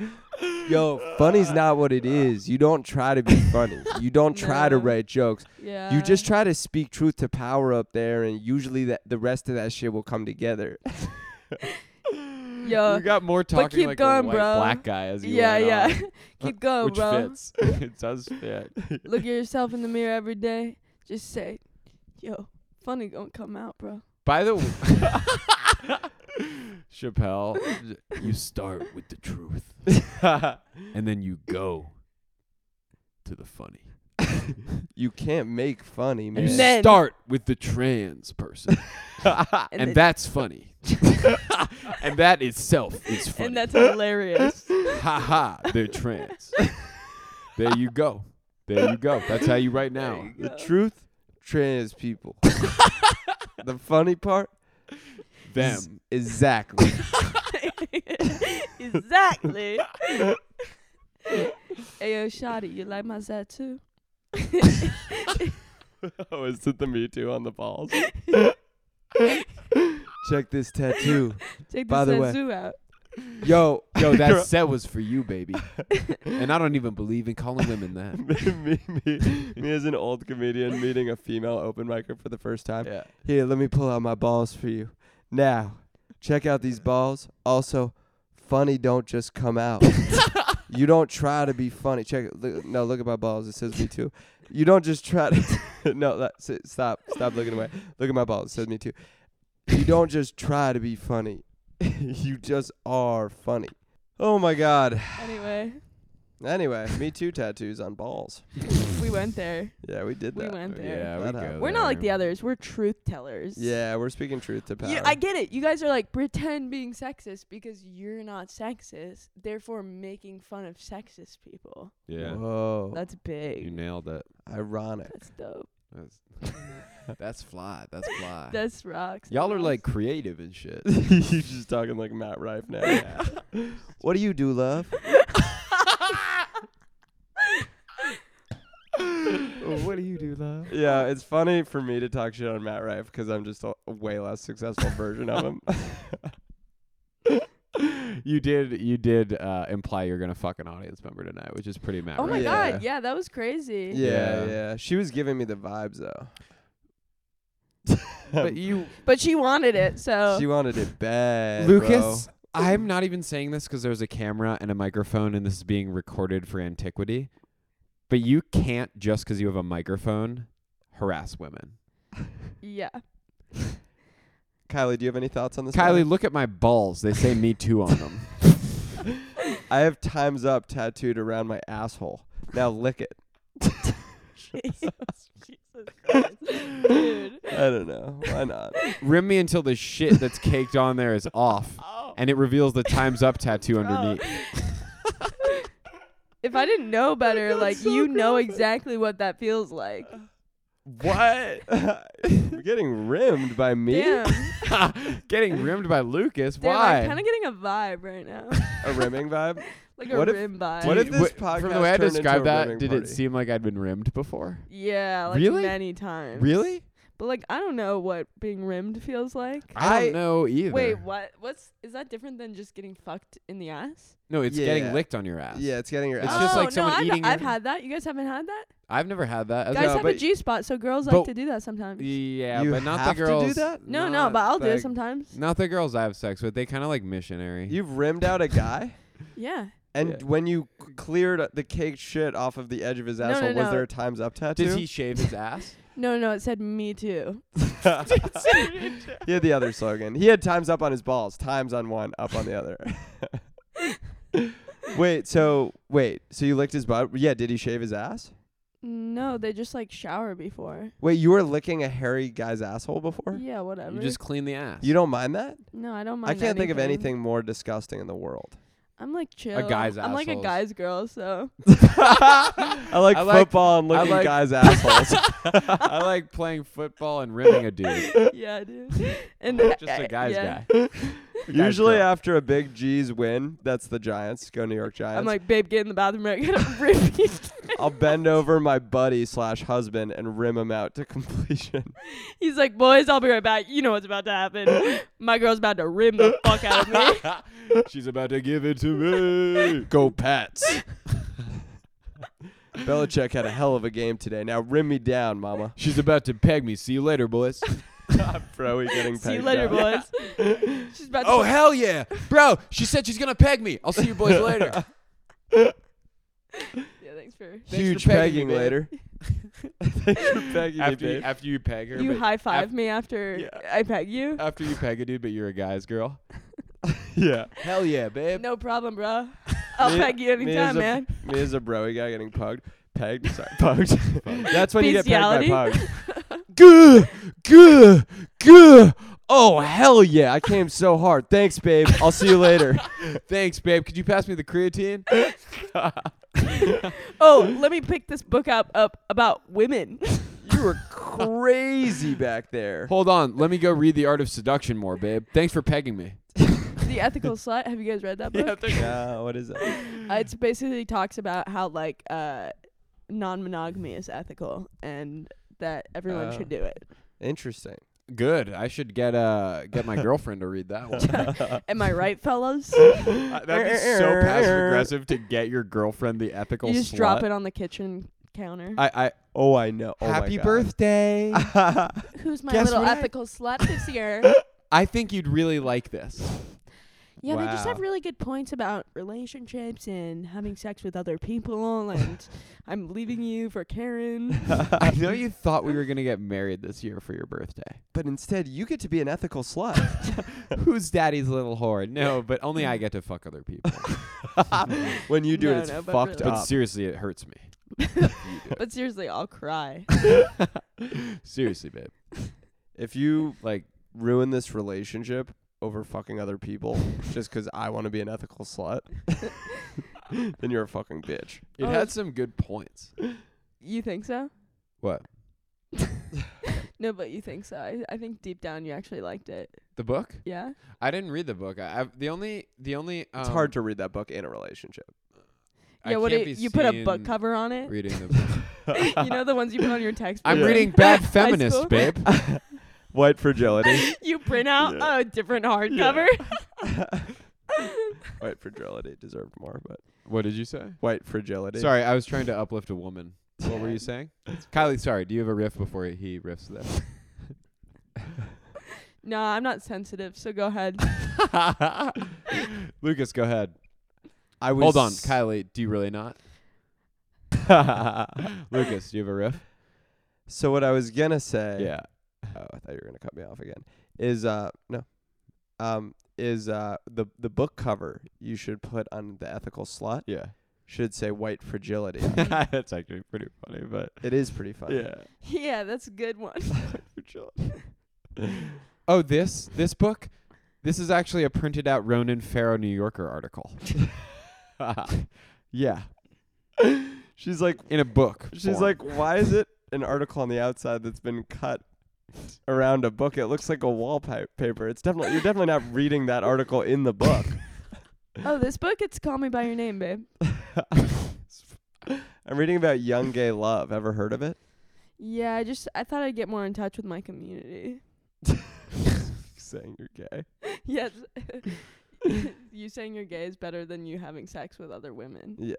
Speaker 1: Yo, funny's not what it is. You don't try to be funny. You don't try to
Speaker 3: No.
Speaker 1: write jokes.
Speaker 3: yeah.
Speaker 1: You just try to speak truth to power up there, and usually that the rest of that shit will come [laughs] together.
Speaker 2: you got more talking
Speaker 3: keep
Speaker 2: like
Speaker 3: going,
Speaker 2: a white
Speaker 3: bro.
Speaker 2: black guy as you
Speaker 3: Yeah,
Speaker 2: went
Speaker 3: yeah.
Speaker 2: on,
Speaker 3: [laughs] Keep going,
Speaker 2: which
Speaker 3: bro.
Speaker 2: fits. [laughs] it does fit. [laughs]
Speaker 3: Look at yourself in the mirror every day. Just say, "Yo, funny gonna come out, bro."
Speaker 2: By the way, [laughs] Chappelle, you start with the truth, and then you go to the funny.
Speaker 1: you can't make funny,
Speaker 2: You
Speaker 1: man. [laughs]
Speaker 3: Then-
Speaker 2: start with the trans
Speaker 3: [laughs]
Speaker 2: person, Ah, and,
Speaker 3: then-
Speaker 2: that's funny. and that [laughs] itself is funny.
Speaker 3: [laughs] And that's hilarious.
Speaker 2: ha ha, they're trans. there you go. There you go. That's how you right now.
Speaker 1: the truth, trans people. [laughs] the funny part, is-
Speaker 2: Them.
Speaker 1: exactly.
Speaker 3: [laughs] exactly. Ayo, Shotty, you like my tattoo?
Speaker 1: [laughs] oh, is it the Me Too on the balls? Check this tattoo.
Speaker 3: Take
Speaker 1: By
Speaker 3: this
Speaker 1: the way-
Speaker 3: tattoo out.
Speaker 1: Yo, Girl.
Speaker 2: Yo, that set was for you,
Speaker 3: [laughs]
Speaker 2: baby. and I don't even believe in calling women that.
Speaker 1: [laughs] me, me, me as an old comedian meeting a female open micer for the first time.
Speaker 2: Yeah.
Speaker 1: Here, let me pull out my balls for you. Now, check out these balls. Also, funny don't just come
Speaker 3: [laughs]
Speaker 1: out. you don't try to be funny. Check it. Look, no, look at my balls. It says me too. You don't just try to. [laughs] no, that's it. stop. Stop looking away. Look at my balls. It says me too. You don't just try to be funny. [laughs] you just are funny. Oh my God.
Speaker 3: Anyway,
Speaker 1: Anyway, me too tattoos on balls.
Speaker 3: we went there.
Speaker 1: Yeah, we did
Speaker 3: We
Speaker 1: that.
Speaker 3: went there. uh,
Speaker 2: Yeah, we
Speaker 1: That
Speaker 2: go
Speaker 1: happened.
Speaker 3: We're not like the
Speaker 2: there.
Speaker 3: others. We're truth tellers.
Speaker 1: Yeah, we're speaking truth to power.
Speaker 3: You, I get it. You guys are like pretend being sexist because you're not sexist, therefore making fun of sexist people.
Speaker 2: Yeah.
Speaker 1: Whoa.
Speaker 3: That's
Speaker 2: You
Speaker 3: big. [laughs]
Speaker 2: nailed it.
Speaker 1: Ironic.
Speaker 3: That's dope.
Speaker 2: That's, that's fly. That's
Speaker 3: [laughs]
Speaker 2: fly.
Speaker 3: This rocks.
Speaker 2: Y'all are
Speaker 3: rocks.
Speaker 2: like creative and
Speaker 1: [laughs]
Speaker 3: [laughs]
Speaker 2: shit.
Speaker 1: you just talking like Matt Rife now. [laughs] What do you do, love?
Speaker 2: what do you do, love?
Speaker 1: Yeah, it's funny for me to talk shit on Matt Rife because I'm just a way less successful version of him.
Speaker 2: [laughs] You did. You did uh, imply you're gonna fuck an audience member tonight, which is pretty mad.
Speaker 3: Oh my
Speaker 2: right?
Speaker 1: Yeah.
Speaker 3: god, yeah, that was crazy.
Speaker 1: [laughs] yeah,
Speaker 2: Yeah.
Speaker 1: yeah. She was giving me the vibes though.
Speaker 2: But
Speaker 1: [laughs]
Speaker 2: you, uh,
Speaker 3: But she wanted it, so
Speaker 1: she wanted it bad.
Speaker 2: Lucas. I'm not even saying this because there's a camera and a microphone, and this is being recorded for antiquity. But you can't just because you have a microphone harass women.
Speaker 1: [laughs]
Speaker 3: yeah. [laughs]
Speaker 1: bro. Kylie, do you have any thoughts on this?
Speaker 2: Kylie,
Speaker 1: matter?
Speaker 2: look at my balls. They say me too on [laughs] them.
Speaker 1: I have times up tattooed around my asshole. Now lick [laughs] it.
Speaker 3: Jesus Christ. Dude.
Speaker 1: I don't know. Why not?
Speaker 2: Rim me until the shit that's caked on there is [laughs] off, and it reveals the times up [laughs] tattoo underneath.
Speaker 3: Oh. If I didn't know better,
Speaker 1: That's
Speaker 3: like
Speaker 1: so
Speaker 3: you know
Speaker 1: gross.
Speaker 3: exactly what that feels like.
Speaker 1: [laughs] What? [laughs] We're getting rimmed by me.
Speaker 3: Damn.
Speaker 2: [laughs] Getting rimmed by Lucas.
Speaker 3: Damn,
Speaker 2: Why?
Speaker 3: I'm kind of getting a vibe right now.
Speaker 1: A rimming vibe.
Speaker 3: [laughs] Like a
Speaker 1: What if-
Speaker 3: rim vibe.
Speaker 1: what if
Speaker 2: Did-
Speaker 1: this
Speaker 2: wh- From
Speaker 1: podcast
Speaker 2: the way I
Speaker 1: turned into a
Speaker 2: described that,
Speaker 1: rimming
Speaker 2: did it
Speaker 1: party?
Speaker 2: seem like I'd been rimmed before?
Speaker 3: yeah, like
Speaker 2: Really?
Speaker 3: many times.
Speaker 2: Really?
Speaker 3: But like I don't know what being rimmed feels like.
Speaker 2: I,
Speaker 1: I-
Speaker 2: don't know either.
Speaker 3: Wait, what? What's is that different than just getting fucked in the ass?
Speaker 2: No, it's
Speaker 1: Yeah.
Speaker 2: getting licked on your ass.
Speaker 1: Yeah, it's getting your.
Speaker 2: It's
Speaker 1: ass-
Speaker 2: just
Speaker 3: oh,
Speaker 2: like
Speaker 3: no,
Speaker 2: someone
Speaker 3: I've,
Speaker 2: eating
Speaker 3: I've
Speaker 2: your-
Speaker 3: had that. You guys haven't had that.
Speaker 2: I've never had that. As
Speaker 3: Guys
Speaker 1: No,
Speaker 3: have a
Speaker 1: but-
Speaker 3: G spot, so girls
Speaker 2: but-
Speaker 3: like to do that sometimes.
Speaker 2: [laughs] yeah,
Speaker 1: You
Speaker 2: but not
Speaker 1: have
Speaker 2: the
Speaker 1: to do
Speaker 2: girls.
Speaker 1: that?
Speaker 3: no, no,
Speaker 2: not
Speaker 3: but I'll do
Speaker 2: the-
Speaker 3: it sometimes.
Speaker 2: [laughs] Not the girls I have sex with. They kind of like missionary.
Speaker 1: [laughs] You've rimmed out a guy,
Speaker 3: Yeah.
Speaker 1: and
Speaker 2: Yeah.
Speaker 1: when you c- cleared the caked shit off of the edge of his
Speaker 3: No,
Speaker 1: asshole,
Speaker 3: no,
Speaker 1: was
Speaker 3: no.
Speaker 1: there a times up tattoo?
Speaker 2: Did he [laughs] shave his
Speaker 3: [laughs]
Speaker 2: ass?
Speaker 3: No, no, it said
Speaker 2: [laughs]
Speaker 3: me too.
Speaker 1: [laughs] he had the other slogan. He had times up on his balls, times on one, up on the other. [laughs] wait, so wait, so you licked his butt? Yeah, did he shave his ass?
Speaker 3: No, they just like shower before.
Speaker 1: Wait, you were licking a hairy guy's asshole before?
Speaker 3: Yeah, whatever.
Speaker 2: You just clean the ass.
Speaker 1: You don't mind that?
Speaker 3: no, I don't
Speaker 1: I
Speaker 3: mind.
Speaker 1: can't think of anything more disgusting in the world.
Speaker 3: I'm like chill.
Speaker 2: guy's
Speaker 3: I'm like a
Speaker 2: assholes.
Speaker 3: guy's
Speaker 2: [laughs]
Speaker 3: girl, so
Speaker 1: I like
Speaker 2: I like-
Speaker 1: football and
Speaker 2: I
Speaker 1: licking [laughs]
Speaker 2: like-
Speaker 1: guys' assholes.
Speaker 2: I like playing football and rimming a
Speaker 3: [laughs]
Speaker 2: dude. [laughs]
Speaker 3: yeah, dude. And
Speaker 2: Just a guy's
Speaker 3: [laughs] yeah.
Speaker 2: guy.
Speaker 1: Usually
Speaker 2: girl.
Speaker 1: after a big G's win, that's the Giants. Go New York Giants.
Speaker 3: I'm like, [laughs] babe, get in the bathroom. I gotta
Speaker 1: [laughs]
Speaker 3: rip you."
Speaker 1: I'll bend over my buddy slash husband and rim him out to [laughs] completion.
Speaker 3: He's like, boys, I'll be right back. You know what's about to happen. My girl's about to rim the fuck out of me.
Speaker 1: [laughs]
Speaker 3: [laughs]
Speaker 2: She's about to give it to me. Go Pats.
Speaker 1: [laughs] Belichick had a hell of a game today. Now rim me down,
Speaker 2: [laughs]
Speaker 1: mama.
Speaker 2: She's about to peg me. See you later,
Speaker 3: [laughs]
Speaker 2: boys.
Speaker 1: Bro, we getting
Speaker 3: See
Speaker 1: pegged
Speaker 3: you later,
Speaker 1: out.
Speaker 3: boys.
Speaker 1: [laughs]
Speaker 3: She's about
Speaker 2: oh
Speaker 3: to.
Speaker 2: hell yeah, bro. She said she's gonna peg me. I'll see you
Speaker 1: [laughs]
Speaker 2: boys later. [laughs]
Speaker 3: Yeah, thanks for.
Speaker 2: Thanks
Speaker 1: Huge
Speaker 2: for
Speaker 1: pegging
Speaker 2: pegging me, babe.
Speaker 3: [laughs]
Speaker 1: later. Thanks for pegging me,
Speaker 2: after, you,
Speaker 1: babe.
Speaker 2: after you peg her,
Speaker 3: You
Speaker 2: but
Speaker 3: high five
Speaker 2: af-
Speaker 3: me after
Speaker 2: Yeah.
Speaker 3: I peg
Speaker 1: Uh,
Speaker 3: you.
Speaker 2: after you peg a dude, but you're a guy's girl.
Speaker 1: [laughs] yeah.
Speaker 2: Hell yeah, babe.
Speaker 3: No
Speaker 1: [laughs]
Speaker 3: problem, bro. [laughs] I'll
Speaker 1: Me-
Speaker 3: peg you
Speaker 1: me as
Speaker 3: anytime,
Speaker 1: a- [laughs]
Speaker 3: man.
Speaker 1: Me as a broy guy getting pugged. Pegged?
Speaker 2: [laughs]
Speaker 1: Sorry, pugged. [laughs] That's when you get pegged
Speaker 3: Bestiality?
Speaker 1: by pugged. Gah, gah, gah. Oh, hell yeah. I came so hard. Thanks, babe. I'll see you
Speaker 3: [laughs]
Speaker 1: later.
Speaker 2: Thanks, babe. Could you pass me the creatine?
Speaker 3: Oh, let me pick this book up up about women. [laughs]
Speaker 1: you were crazy back there.
Speaker 2: Hold on. Let me go read The Art of Seduction more, babe. Thanks for pegging me.
Speaker 3: the Ethical
Speaker 1: [laughs]
Speaker 3: Slut. Have you guys read that book?
Speaker 1: Yeah, what is that?
Speaker 3: Uh, it's basically talks about how like uh, non-monogamy is ethical and that everyone
Speaker 1: Oh.
Speaker 3: should do it.
Speaker 1: [laughs] Interesting.
Speaker 2: Good. I should get uh get my girlfriend to read
Speaker 3: [laughs]
Speaker 2: that one.
Speaker 3: Am I right, fellas?
Speaker 2: Uh, That'd be so
Speaker 3: [laughs]
Speaker 2: passive aggressive to get your girlfriend the ethical.
Speaker 3: you just
Speaker 2: slut.
Speaker 3: drop it on the kitchen counter.
Speaker 1: I, I, oh, I know. Oh my
Speaker 2: Happy
Speaker 1: God.
Speaker 2: birthday.
Speaker 3: Who's my
Speaker 2: Guess
Speaker 3: little
Speaker 2: what I-
Speaker 3: ethical slut this year?
Speaker 2: [laughs] I think you'd really like this.
Speaker 3: Yeah, they just have
Speaker 1: Wow.
Speaker 3: really good points about relationships and having sex with other people. And
Speaker 2: [laughs]
Speaker 3: I'm leaving you for Karen.
Speaker 2: I know you thought we were gonna get married this year for your birthday.
Speaker 1: But instead, you get to be an ethical slut. [laughs]
Speaker 2: Who's daddy's little whore? No, but only I get to fuck other people.
Speaker 1: when you do
Speaker 3: No,
Speaker 1: it, it's
Speaker 3: no, but
Speaker 1: fucked
Speaker 3: really.
Speaker 2: But
Speaker 1: up.
Speaker 2: seriously, it hurts me.
Speaker 3: but seriously, I'll cry.
Speaker 2: [laughs] Seriously, babe.
Speaker 1: If you
Speaker 2: Like
Speaker 1: ruin this relationship over fucking other [laughs] people just 'cause I want to be an ethical [laughs] slut, then you're a fucking bitch.
Speaker 2: it
Speaker 3: Oh,
Speaker 2: had
Speaker 3: it's-
Speaker 2: some good points.
Speaker 3: You think so?
Speaker 2: What?
Speaker 3: No, but you think so. I, I think deep down you actually liked it.
Speaker 2: The book?
Speaker 3: Yeah.
Speaker 2: I didn't read the book. I, I've, the only the only um,
Speaker 1: it's hard to read that book in a relationship.
Speaker 2: I
Speaker 3: yeah. What
Speaker 2: can't
Speaker 3: do you,
Speaker 2: be
Speaker 3: you put a book
Speaker 2: seen
Speaker 3: cover
Speaker 2: [laughs]
Speaker 3: on it?
Speaker 2: Reading
Speaker 3: [laughs]
Speaker 2: the book.
Speaker 3: you know the ones you put on your text.
Speaker 2: I'm
Speaker 1: Yeah.
Speaker 3: [laughs]
Speaker 2: reading Bad
Speaker 3: High
Speaker 2: Feminist,
Speaker 3: school. [laughs]
Speaker 2: babe.
Speaker 1: White fragility.
Speaker 3: you print out
Speaker 1: Yeah.
Speaker 3: a different hardcover.
Speaker 1: Yeah. [laughs]
Speaker 3: [laughs]
Speaker 2: [laughs]
Speaker 1: white fragility deserved more, but
Speaker 2: What did you say?
Speaker 1: white fragility.
Speaker 2: Sorry, I was trying to uplift a woman. What were you [laughs] saying? Kylie, sorry, do you have a riff before he riffs [laughs]
Speaker 3: No, I'm not sensitive, so
Speaker 2: [laughs]
Speaker 3: go ahead.
Speaker 2: this? Lucas, go ahead.
Speaker 1: I was
Speaker 2: Hold on, Kylie, do you really not? [laughs] Lucas, do you have a riff?
Speaker 1: So what I was gonna say, Oh, I thought you were gonna cut me off again. Is uh no, um is uh the the book cover you should put on the ethical slut
Speaker 2: Yeah.
Speaker 1: should say white fragility. on it.
Speaker 2: [laughs] That's actually pretty funny, but
Speaker 1: it is pretty funny.
Speaker 3: yeah, that's a
Speaker 2: [laughs]
Speaker 3: good one.
Speaker 2: Oh, this this book? This is actually a printed out Ronan Farrow New Yorker article. yeah.
Speaker 1: She's like
Speaker 2: In a book.
Speaker 1: she's
Speaker 2: form.
Speaker 1: like why is it an article on the outside that's been cut around a book? It looks like a wallpaper. It's definitely you're definitely not reading that article in the book.
Speaker 3: Oh, this book, it's Call Me By Your Name, babe.
Speaker 1: I'm reading about young gay love. Ever heard of it?
Speaker 3: Yeah, I just, I thought I'd get more in touch with my community. [laughs]
Speaker 1: Saying you're gay.
Speaker 3: yes. [laughs] you saying you're gay is better than you having sex with other women.
Speaker 1: Yeah.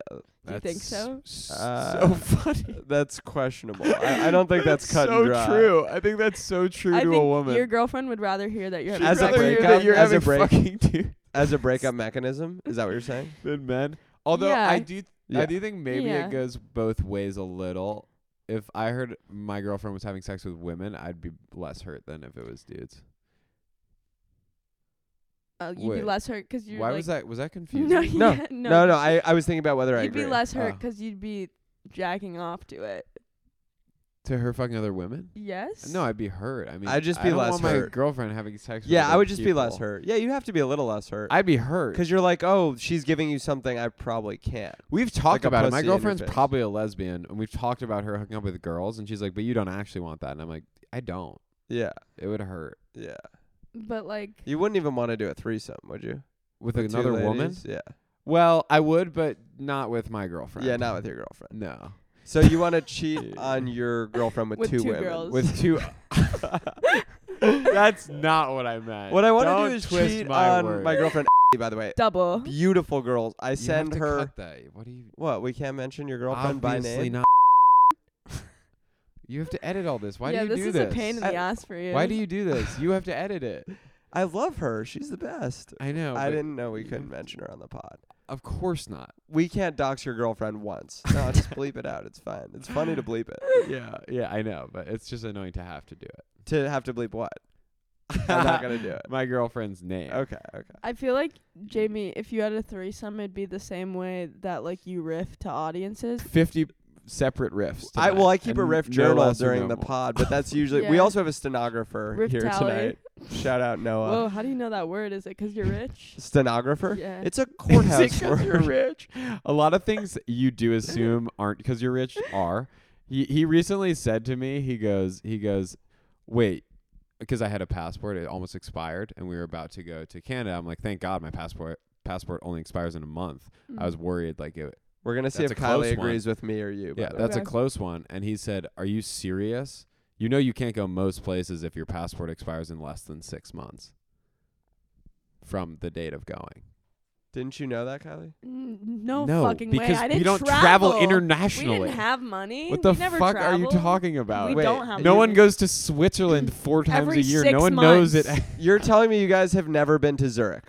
Speaker 3: Do you think so?
Speaker 2: s-
Speaker 1: Uh,
Speaker 2: so funny.
Speaker 1: That's questionable. I, I don't
Speaker 2: [laughs]
Speaker 1: think that's, cut
Speaker 2: so
Speaker 1: and dry.
Speaker 2: true. I think that's so true
Speaker 3: I
Speaker 2: to
Speaker 3: think
Speaker 2: a woman.
Speaker 3: your girlfriend would rather hear that you're
Speaker 1: She'd
Speaker 3: having
Speaker 1: As a
Speaker 3: sex
Speaker 2: rather
Speaker 3: with
Speaker 2: you
Speaker 1: breakup,
Speaker 2: that you're
Speaker 1: as a
Speaker 2: having
Speaker 1: break-
Speaker 2: fucking two
Speaker 1: As a breakup mechanism, is that what you're saying?
Speaker 2: than men. Although
Speaker 3: Yeah.
Speaker 2: I do, I
Speaker 1: Yeah.
Speaker 2: do think maybe
Speaker 3: Yeah.
Speaker 2: it goes both ways a little. If I heard my girlfriend was having sex with women, I'd be less hurt than if it was dudes.
Speaker 3: Oh, you'd be
Speaker 2: Wait.
Speaker 3: less hurt 'cause you're
Speaker 2: Why
Speaker 3: like.
Speaker 2: was that? Was that confusing?
Speaker 3: No, [laughs]
Speaker 1: No,
Speaker 3: yeah, no,
Speaker 1: No, no. I, I was thinking about whether I
Speaker 3: You'd
Speaker 1: agree.
Speaker 3: be less hurt
Speaker 2: Oh.
Speaker 3: 'cause you'd be jacking off to it.
Speaker 2: To her fucking other women?
Speaker 3: Yes.
Speaker 2: No, I'd be hurt. I mean,
Speaker 1: I'd just
Speaker 2: I
Speaker 1: be
Speaker 2: don't
Speaker 1: less
Speaker 2: want my
Speaker 1: hurt.
Speaker 2: girlfriend having sex. with
Speaker 1: yeah, I
Speaker 2: other
Speaker 1: would just be less
Speaker 2: people.
Speaker 1: hurt. Yeah, you have to be a little less hurt.
Speaker 2: I'd be hurt.
Speaker 1: Because you're like, oh, she's giving you something I probably can't.
Speaker 2: We've talked
Speaker 1: a
Speaker 2: about it.
Speaker 1: pussy
Speaker 2: My
Speaker 1: in your
Speaker 2: girlfriend's
Speaker 1: face.
Speaker 2: probably a lesbian, and we've talked about her hooking up with girls, and she's like, "But you don't actually want that," and I'm like, "I don't.
Speaker 1: Yeah,
Speaker 2: It would hurt
Speaker 1: yeah.
Speaker 3: But like.
Speaker 1: You wouldn't even want to do a threesome, would you?
Speaker 2: with
Speaker 1: Two
Speaker 2: another woman."
Speaker 1: ladies? Yeah.
Speaker 2: Well, I would, but not with my girlfriend.
Speaker 1: Yeah, not with your girlfriend.
Speaker 2: [laughs] no,
Speaker 1: So you want to cheat
Speaker 2: [laughs]
Speaker 1: on your girlfriend with,
Speaker 3: With two
Speaker 1: women?
Speaker 3: girls.
Speaker 2: with [laughs] two. [laughs] [laughs] That's not what I meant.
Speaker 1: What I want
Speaker 2: Don't
Speaker 1: to do is
Speaker 2: twist
Speaker 1: cheat
Speaker 2: my
Speaker 1: on
Speaker 2: words.
Speaker 1: my girlfriend.
Speaker 2: [laughs]
Speaker 1: By the way,
Speaker 3: [laughs] Double.
Speaker 1: beautiful girls. I
Speaker 2: You have
Speaker 1: send
Speaker 2: to
Speaker 1: her.
Speaker 2: cut that. What do you?
Speaker 1: What? We can't mention your girlfriend by
Speaker 2: obviously
Speaker 1: name.
Speaker 2: not. [laughs] you have to edit all this. Why
Speaker 3: yeah,
Speaker 2: do you
Speaker 3: this
Speaker 2: do
Speaker 3: is
Speaker 2: this?
Speaker 3: a pain in
Speaker 1: I-
Speaker 3: the ass for you.
Speaker 2: Why do you
Speaker 3: [laughs]
Speaker 2: do this? You have to
Speaker 1: [laughs]
Speaker 2: edit it.
Speaker 1: I love her. She's the best.
Speaker 2: I know.
Speaker 1: I
Speaker 2: but
Speaker 1: didn't know we
Speaker 2: you
Speaker 1: couldn't
Speaker 2: have-
Speaker 1: mention her on the pod.
Speaker 2: Of course
Speaker 1: [laughs]
Speaker 2: not.
Speaker 1: We can't dox your girlfriend once. No, just bleep it out. It's fine. It's funny to bleep it.
Speaker 2: [laughs] yeah, yeah, I know, but it's just annoying to have to do it.
Speaker 1: To have to bleep
Speaker 2: [laughs]
Speaker 1: what? I'm not gonna do it.
Speaker 2: My girlfriend's name.
Speaker 1: Okay, okay.
Speaker 3: I feel like
Speaker 2: Mm.
Speaker 3: Jamie, if you had a threesome, it'd be the same way that like you riff to audiences.
Speaker 2: Fifty separate riffs.
Speaker 1: I well, I
Speaker 2: tonight,
Speaker 1: keep a
Speaker 2: and
Speaker 1: riff
Speaker 2: no
Speaker 1: journal
Speaker 2: less and
Speaker 1: during
Speaker 2: no
Speaker 1: the
Speaker 2: more.
Speaker 1: pod, but that's usually we
Speaker 3: Yeah.
Speaker 1: also have a stenographer
Speaker 3: Riff
Speaker 1: here
Speaker 3: tally.
Speaker 1: tonight. Shout out
Speaker 2: Uh,
Speaker 1: Noah.
Speaker 3: Whoa, how do you know that word? Is it 'cause you're rich?
Speaker 2: [laughs]
Speaker 1: Stenographer.
Speaker 3: Yeah.
Speaker 1: It's a
Speaker 3: [laughs]
Speaker 2: Is it
Speaker 1: courthouse
Speaker 2: 'cause
Speaker 1: word.
Speaker 2: you're rich? A lot of things you do
Speaker 3: [laughs]
Speaker 2: assume aren't because you're rich are. He he recently said to me, he goes, he goes, wait, because I had a passport, it almost expired, and we were about to go to Canada. I'm like, thank God, my passport passport only expires in a month.
Speaker 3: Mm.
Speaker 2: I was worried like it
Speaker 1: We're gonna see
Speaker 2: That's
Speaker 1: if
Speaker 2: a close
Speaker 1: Kylie
Speaker 2: one.
Speaker 1: agrees with me or you. by
Speaker 2: Yeah,
Speaker 1: the way.
Speaker 2: that's a
Speaker 3: Okay.
Speaker 2: close one. And he said, "Are you serious? You know you can't go most places if your passport expires in less than 6 months from the date of going."
Speaker 1: Didn't you know that, Kylie?
Speaker 3: N- No,
Speaker 2: no
Speaker 3: fucking way.
Speaker 2: because
Speaker 3: I didn't
Speaker 2: we don't travel,
Speaker 3: We
Speaker 2: internationally.
Speaker 3: didn't have money.
Speaker 2: what the
Speaker 3: we never
Speaker 2: fuck are you
Speaker 3: traveled.
Speaker 2: talking about?
Speaker 3: We
Speaker 1: Wait,
Speaker 3: don't have
Speaker 2: no one
Speaker 3: money.
Speaker 2: goes to Switzerland four times
Speaker 3: Every
Speaker 2: a year.
Speaker 3: six
Speaker 2: no one knows it. [laughs]
Speaker 3: months.
Speaker 1: You're telling me you guys have never been to
Speaker 3: [laughs]
Speaker 1: Zurich.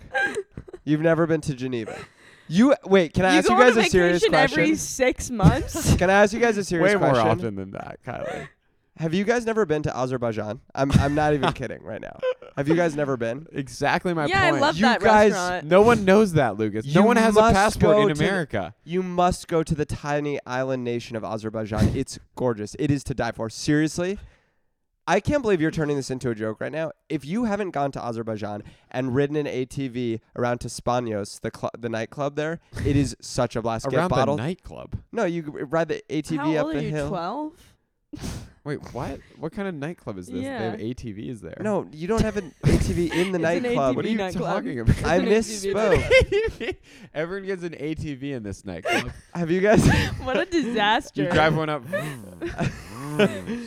Speaker 1: You've never been to Geneva. You wait. Can I
Speaker 3: you
Speaker 1: ask
Speaker 3: go
Speaker 1: you guys
Speaker 3: on a
Speaker 1: a serious
Speaker 3: vacation
Speaker 1: question?
Speaker 3: every
Speaker 2: [laughs]
Speaker 3: six months.
Speaker 1: Can I ask you guys a serious
Speaker 2: Way more
Speaker 1: question?
Speaker 2: often than that, Kylie.
Speaker 1: Have you guys never been to Azerbaijan? I'm I'm not
Speaker 2: [laughs]
Speaker 1: even kidding right now. Have you guys never been?
Speaker 2: exactly my
Speaker 3: yeah,
Speaker 2: point.
Speaker 3: I love
Speaker 1: You
Speaker 3: that
Speaker 1: guys-
Speaker 3: [laughs] restaurant.
Speaker 2: no one knows that, Lucas. no
Speaker 1: You
Speaker 2: one has a
Speaker 1: must
Speaker 2: passport
Speaker 1: go
Speaker 2: in
Speaker 1: to the-
Speaker 2: America.
Speaker 1: You must go to the tiny island nation of
Speaker 2: [laughs]
Speaker 1: Azerbaijan. It's gorgeous. It is to die for. Seriously? I can't believe you're turning this into a joke right now. If you haven't gone to Azerbaijan and ridden an ATV around to Spanos, the cl- the nightclub there, it is such a blast. Get
Speaker 2: Around the
Speaker 1: bottled.
Speaker 2: nightclub.
Speaker 1: no, you g- ride the ATV
Speaker 3: How
Speaker 1: up
Speaker 3: old
Speaker 1: the
Speaker 3: are you?
Speaker 1: hill.
Speaker 3: Twelve.
Speaker 2: Wait, what? What kind of nightclub is this? They have ATVs there.
Speaker 1: No, you don't have an ATV in the
Speaker 3: [laughs] It's an
Speaker 1: nightclub.
Speaker 2: What are
Speaker 3: ATV
Speaker 2: you [laughs]
Speaker 3: nightclub.
Speaker 2: talking about?
Speaker 1: I
Speaker 3: It's an ATV
Speaker 1: misspoke.
Speaker 2: ATV. Everyone gets an ATV in this nightclub.
Speaker 1: Have you guys?
Speaker 3: [laughs] what a disaster.
Speaker 2: you drive one up. [laughs]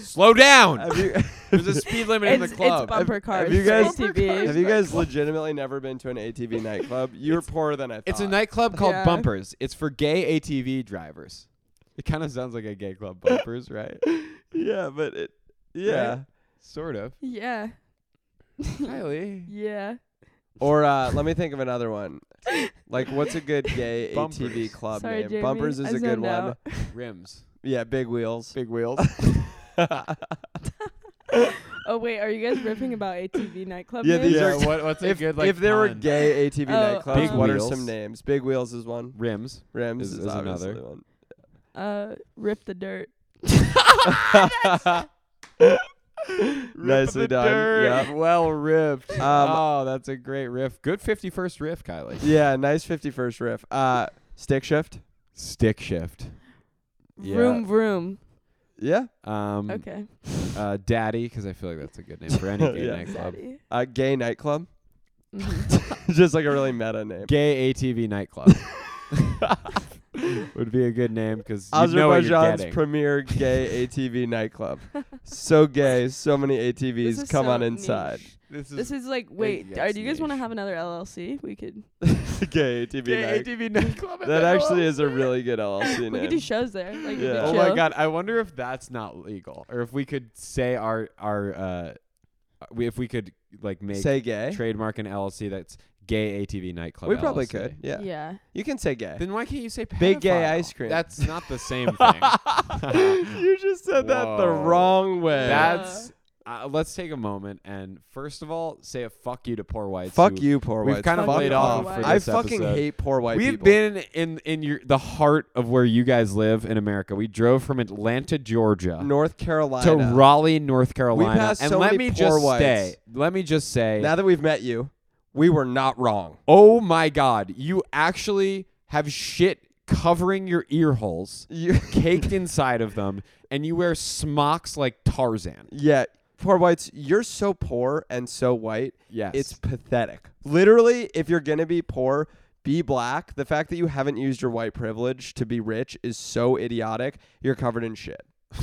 Speaker 2: Slow
Speaker 1: [laughs]
Speaker 2: down.
Speaker 1: Have you?
Speaker 2: There's a speed limit in
Speaker 3: it's,
Speaker 2: the
Speaker 3: it's
Speaker 1: Have-
Speaker 2: club.
Speaker 3: bumper
Speaker 1: have
Speaker 3: cars.
Speaker 1: you
Speaker 3: it's
Speaker 1: guys-
Speaker 3: ATVs.
Speaker 1: Have you guys legitimately never been to an ATV nightclub? You're poorer than I thought.
Speaker 2: It's a nightclub called
Speaker 3: Yeah.
Speaker 2: Bumpers. It's for gay ATV drivers. It kind of sounds like a gay club, [laughs] Bumpers, right?
Speaker 1: Yeah, but it. Yeah.
Speaker 2: Sort of.
Speaker 3: Yeah. [laughs]
Speaker 2: Kylie.
Speaker 3: Yeah.
Speaker 1: Or uh, let me think of another one. Like, what's a good gay ATV
Speaker 2: [laughs] Bumpers.
Speaker 1: club
Speaker 3: Sorry,
Speaker 1: name?
Speaker 3: Jamie,
Speaker 1: Bumpers
Speaker 3: I
Speaker 1: is a good
Speaker 3: zoned
Speaker 1: one.
Speaker 3: out.
Speaker 2: Rims.
Speaker 1: Yeah, big wheels. [laughs]
Speaker 2: Big wheels.
Speaker 3: Oh wait, are you guys ripping about ATV nightclub?
Speaker 1: Yeah,
Speaker 3: names?
Speaker 1: these are-
Speaker 2: yeah, what, what's a
Speaker 1: if
Speaker 2: good like
Speaker 1: if there were
Speaker 2: pun?
Speaker 1: gay ATV
Speaker 3: Oh,
Speaker 1: nightclubs,
Speaker 2: Big
Speaker 1: what are
Speaker 2: Wheels.
Speaker 1: some names? Big Wheels is one.
Speaker 2: rims.
Speaker 1: Rims
Speaker 2: Is-
Speaker 1: is,
Speaker 2: is
Speaker 1: obviously
Speaker 2: another.
Speaker 1: one.
Speaker 3: uh rip the dirt.
Speaker 1: Nicely done.
Speaker 2: Yeah. Well ripped.
Speaker 1: Um,
Speaker 2: oh, that's a great riff. Good 51st riff, Kylie.
Speaker 1: Yeah, nice 51st riff. Uh, stick shift.
Speaker 2: Stick shift. Yeah.
Speaker 3: Vroom vroom.
Speaker 1: Yeah.
Speaker 2: Um,
Speaker 1: Mm.
Speaker 3: Okay.
Speaker 2: uh, Daddy, because I feel like that's a good name for [laughs] any gay
Speaker 1: Yeah.
Speaker 2: nightclub.
Speaker 1: [laughs]
Speaker 3: Daddy.
Speaker 1: Uh, gay nightclub. [laughs]
Speaker 3: Mhm.
Speaker 1: Just like a really meta name.
Speaker 2: Gay ATV [laughs] nightclub would be a good name because you know what you're
Speaker 1: Azerbaijan's
Speaker 2: getting.
Speaker 1: premier
Speaker 2: [laughs]
Speaker 1: gay ATV nightclub. So gay, so many
Speaker 3: This
Speaker 1: ATVs.
Speaker 3: is
Speaker 1: Come
Speaker 3: so
Speaker 1: on inside. [laughs]
Speaker 3: niche. This is like,
Speaker 2: Big
Speaker 3: wait, are, do you guys
Speaker 2: yes
Speaker 3: want to
Speaker 2: niche.
Speaker 3: have another LLC? We could
Speaker 1: gay ATV
Speaker 2: Gay
Speaker 1: night.
Speaker 2: ATV nightclub.
Speaker 3: [laughs]
Speaker 2: in
Speaker 1: That
Speaker 2: the
Speaker 1: actually
Speaker 2: world.
Speaker 1: is a really good LLC
Speaker 3: we
Speaker 1: name.
Speaker 3: could do shows there. Like,
Speaker 1: Yeah.
Speaker 3: yeah.
Speaker 2: Oh my god! I wonder if that's not legal, or if we could say our our uh, we if we could like make
Speaker 1: say gay.
Speaker 2: trademark an LLC that's gay ATV nightclub.
Speaker 1: We probably
Speaker 2: LLC.
Speaker 1: could. Yeah.
Speaker 3: Yeah.
Speaker 1: You can say gay.
Speaker 2: Then why can't you say pedophile?
Speaker 1: Big gay ice cream.
Speaker 2: That's not the same [laughs] thing.
Speaker 1: [laughs] you just said that the
Speaker 2: Whoa.
Speaker 1: wrong way.
Speaker 2: that's. Uh, let's take a moment and first of all say a fuck you to poor whites.
Speaker 1: Fuck
Speaker 2: who-
Speaker 1: you, poor
Speaker 2: We've
Speaker 1: whites.
Speaker 2: kind of
Speaker 3: Fuck
Speaker 2: laid
Speaker 3: you,
Speaker 2: off.
Speaker 3: poor
Speaker 2: For
Speaker 3: whites.
Speaker 1: I
Speaker 2: this
Speaker 1: fucking
Speaker 2: episode.
Speaker 1: hate poor white
Speaker 2: We've
Speaker 1: people.
Speaker 2: been in in your the heart of where you guys live in America. We drove from Atlanta, Georgia,
Speaker 1: North Carolina.
Speaker 2: to Raleigh, North Carolina.
Speaker 1: passed
Speaker 2: and
Speaker 1: so
Speaker 2: let
Speaker 1: many
Speaker 2: me
Speaker 1: poor
Speaker 2: just
Speaker 1: whites.
Speaker 2: say, let me just say,
Speaker 1: now that we've met you, we were not wrong.
Speaker 2: oh my God, you actually have shit covering your ear holes,
Speaker 1: You,
Speaker 2: caked inside of them, and you wear smocks like Tarzan.
Speaker 1: yeah, poor whites. You're so poor and so white.
Speaker 2: Yes,
Speaker 1: It's pathetic. Literally, if you're gonna be poor, be black. The fact that you haven't used your white privilege to be rich is so idiotic. You're covered in shit.
Speaker 2: [laughs]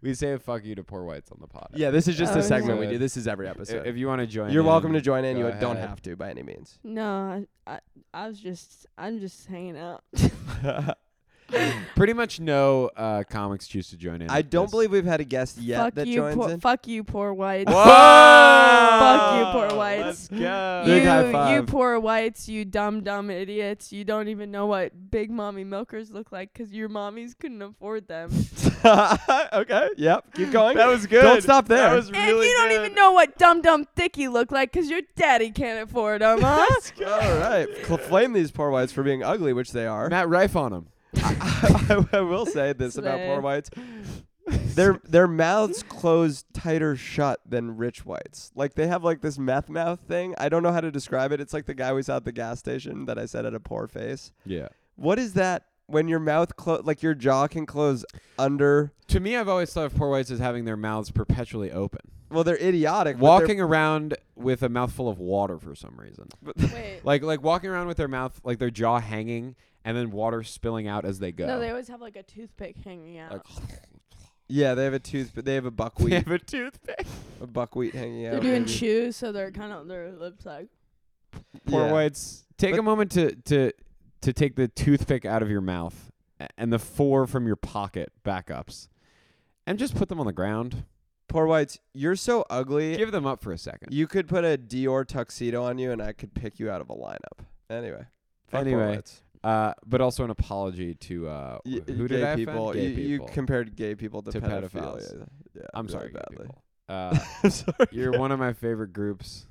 Speaker 2: we say fuck you to poor whites on the pod.
Speaker 1: Yeah, this is just
Speaker 3: Oh,
Speaker 1: a segment
Speaker 2: yeah.
Speaker 1: we do. This is every
Speaker 2: If,
Speaker 1: episode.
Speaker 2: if you want to join,
Speaker 1: you're
Speaker 2: in,
Speaker 1: welcome to join in.
Speaker 2: go
Speaker 1: You don't
Speaker 2: ahead.
Speaker 1: have to by any means.
Speaker 3: No, I, I, I was just, I'm just
Speaker 1: [laughs]
Speaker 3: hanging out.
Speaker 2: Pretty much no uh, comics choose to join in.
Speaker 1: I
Speaker 2: with
Speaker 1: don't
Speaker 2: this.
Speaker 1: believe we've had a guest yet
Speaker 3: fuck
Speaker 1: that
Speaker 3: you,
Speaker 1: joins
Speaker 3: poor,
Speaker 1: in.
Speaker 3: fuck you, poor whites.
Speaker 2: Whoa!
Speaker 3: Fuck you, poor whites.
Speaker 2: Let's go.
Speaker 1: Big
Speaker 3: you,
Speaker 1: high
Speaker 3: you
Speaker 1: five.
Speaker 3: poor whites, you dumb dumb idiots. You don't even know what big mommy milkers look like 'cause your mommies couldn't afford them,
Speaker 1: okay.
Speaker 2: [laughs]
Speaker 1: Yep. Keep going. That was good. Don't stop there.
Speaker 2: That was
Speaker 3: and
Speaker 2: really
Speaker 3: you don't
Speaker 2: good.
Speaker 3: even know what dumb dumb thicky look like 'cause your daddy can't afford them, huh?
Speaker 1: All right. Cl- Flame these poor whites for being ugly, which they are.
Speaker 2: Matt Rife on him.
Speaker 1: [laughs] I, I will say this about poor
Speaker 3: Slay.
Speaker 1: whites. Their their mouths close tighter shut than rich whites. Like they have like this meth mouth thing. I don't know how to describe it. It's like the guy we saw at the gas station that I said had a poor face.
Speaker 2: Yeah.
Speaker 1: What is that when your mouth close like your jaw can close under
Speaker 2: To me, I've always thought of poor whites as having their mouths perpetually open,
Speaker 1: well they're idiotic. but they're-
Speaker 2: walking around with a mouthful of water for some reason.
Speaker 3: [laughs] Wait.
Speaker 2: Like like walking around with their mouth, like their jaw hanging, and then water spilling out as they go.
Speaker 3: No, they always have like a toothpick hanging out.
Speaker 2: uh, like,
Speaker 3: [laughs]
Speaker 1: Yeah, they have a tooth but they have a
Speaker 2: we
Speaker 1: buckwheat
Speaker 2: have a toothpick.
Speaker 1: a buckwheat hanging
Speaker 3: They're
Speaker 1: out.
Speaker 3: doing
Speaker 1: Yeah.
Speaker 3: chews, so they're kind of their lips like.
Speaker 2: Poor
Speaker 1: Yeah.
Speaker 2: whites. Take
Speaker 1: But-
Speaker 2: a moment to to to take the toothpick out of your mouth a- and the four from your pocket backups, and just put them on the ground.
Speaker 1: Poor whites, you're so ugly.
Speaker 2: Give them up for a second.
Speaker 1: You could put a Dior tuxedo on you, and I could pick you out of a lineup. Anyway, fuck
Speaker 2: Anyway,
Speaker 1: Horowitz.
Speaker 2: uh, but also an apology to uh,
Speaker 1: Y-
Speaker 2: wh- who
Speaker 1: gay
Speaker 2: did I offend?
Speaker 1: people,
Speaker 2: Gay
Speaker 1: you, you
Speaker 2: people.
Speaker 1: compared gay people to,
Speaker 2: To pedophiles.
Speaker 1: pedophilia. Yeah,
Speaker 2: I'm
Speaker 1: really
Speaker 2: sorry, gay
Speaker 1: badly.
Speaker 2: people. Uh,
Speaker 1: [laughs] I'm sorry.
Speaker 2: you're one of my favorite
Speaker 1: [laughs]
Speaker 2: groups.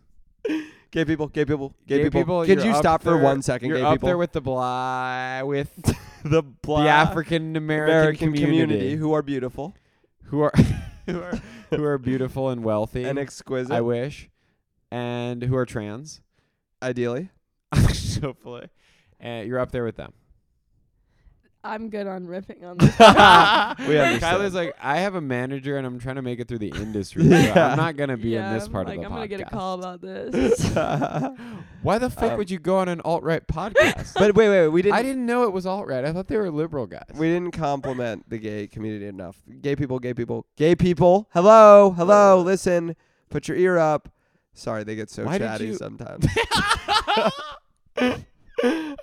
Speaker 1: Gay people, gay people, gay, people.
Speaker 2: you're
Speaker 1: Could you
Speaker 2: up
Speaker 1: stop for
Speaker 2: there-
Speaker 1: one second,
Speaker 2: You're
Speaker 1: gay
Speaker 2: up
Speaker 1: people?
Speaker 2: there with the bly with
Speaker 1: [laughs] the
Speaker 2: the
Speaker 1: black
Speaker 2: African American
Speaker 1: American
Speaker 2: community,
Speaker 1: who are beautiful
Speaker 2: who are [laughs] who are who are beautiful and wealthy.
Speaker 1: [laughs] and exquisite,
Speaker 2: I wish, and who are trans.
Speaker 1: ideally.
Speaker 2: [laughs] Hopefully, and you're up there with them.
Speaker 3: I'm good on
Speaker 2: [laughs]
Speaker 3: ripping on this.
Speaker 1: We understand.
Speaker 2: Kyler's like, I have a manager and I'm trying to make it through the industry. so
Speaker 1: Yeah.
Speaker 2: I'm not
Speaker 3: [laughs]
Speaker 2: gonna be
Speaker 3: Yeah,
Speaker 2: in this
Speaker 3: I'm
Speaker 2: part
Speaker 3: like,
Speaker 2: of the
Speaker 3: I'm
Speaker 2: podcast.
Speaker 3: gonna get a call
Speaker 2: [laughs]
Speaker 3: about this. [laughs]
Speaker 2: Why the fuck
Speaker 1: Um,
Speaker 2: would you go on an alt right podcast?
Speaker 1: but wait, wait, we didn't.
Speaker 2: I [laughs] didn't know it was alt right. I thought they were liberal guys.
Speaker 1: we didn't compliment the gay community enough. Gay people, gay people, gay people. Hello, hello. Listen, put your ear up. Sorry, they get so
Speaker 2: Why did
Speaker 1: chatty
Speaker 2: you- [laughs]
Speaker 1: sometimes.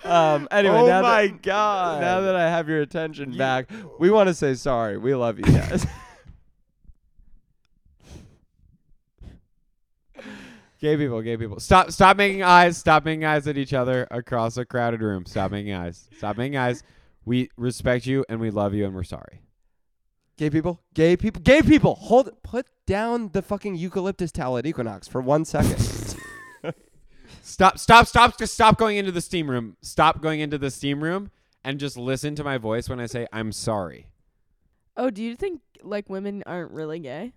Speaker 1: um. Anyway,
Speaker 2: Oh
Speaker 1: now
Speaker 2: my
Speaker 1: that,
Speaker 2: God.
Speaker 1: Now that I have your attention
Speaker 2: You- [laughs]
Speaker 1: back, [laughs] we want to say sorry. We love you guys.
Speaker 2: gay people, gay people. Stop stop making eyes. Stop making eyes at each other across a crowded room. Stop making eyes. Stop making eyes. We respect you and we love you and we're sorry.
Speaker 1: gay people, gay people, gay people. Hold, put down the fucking eucalyptus towel at Equinox for one
Speaker 2: [laughs]
Speaker 1: second.
Speaker 2: Stop stop stop just stop going into the steam room. Stop going into the steam room and just listen to my voice when I say I'm sorry.
Speaker 3: oh, do you think like women aren't really gay?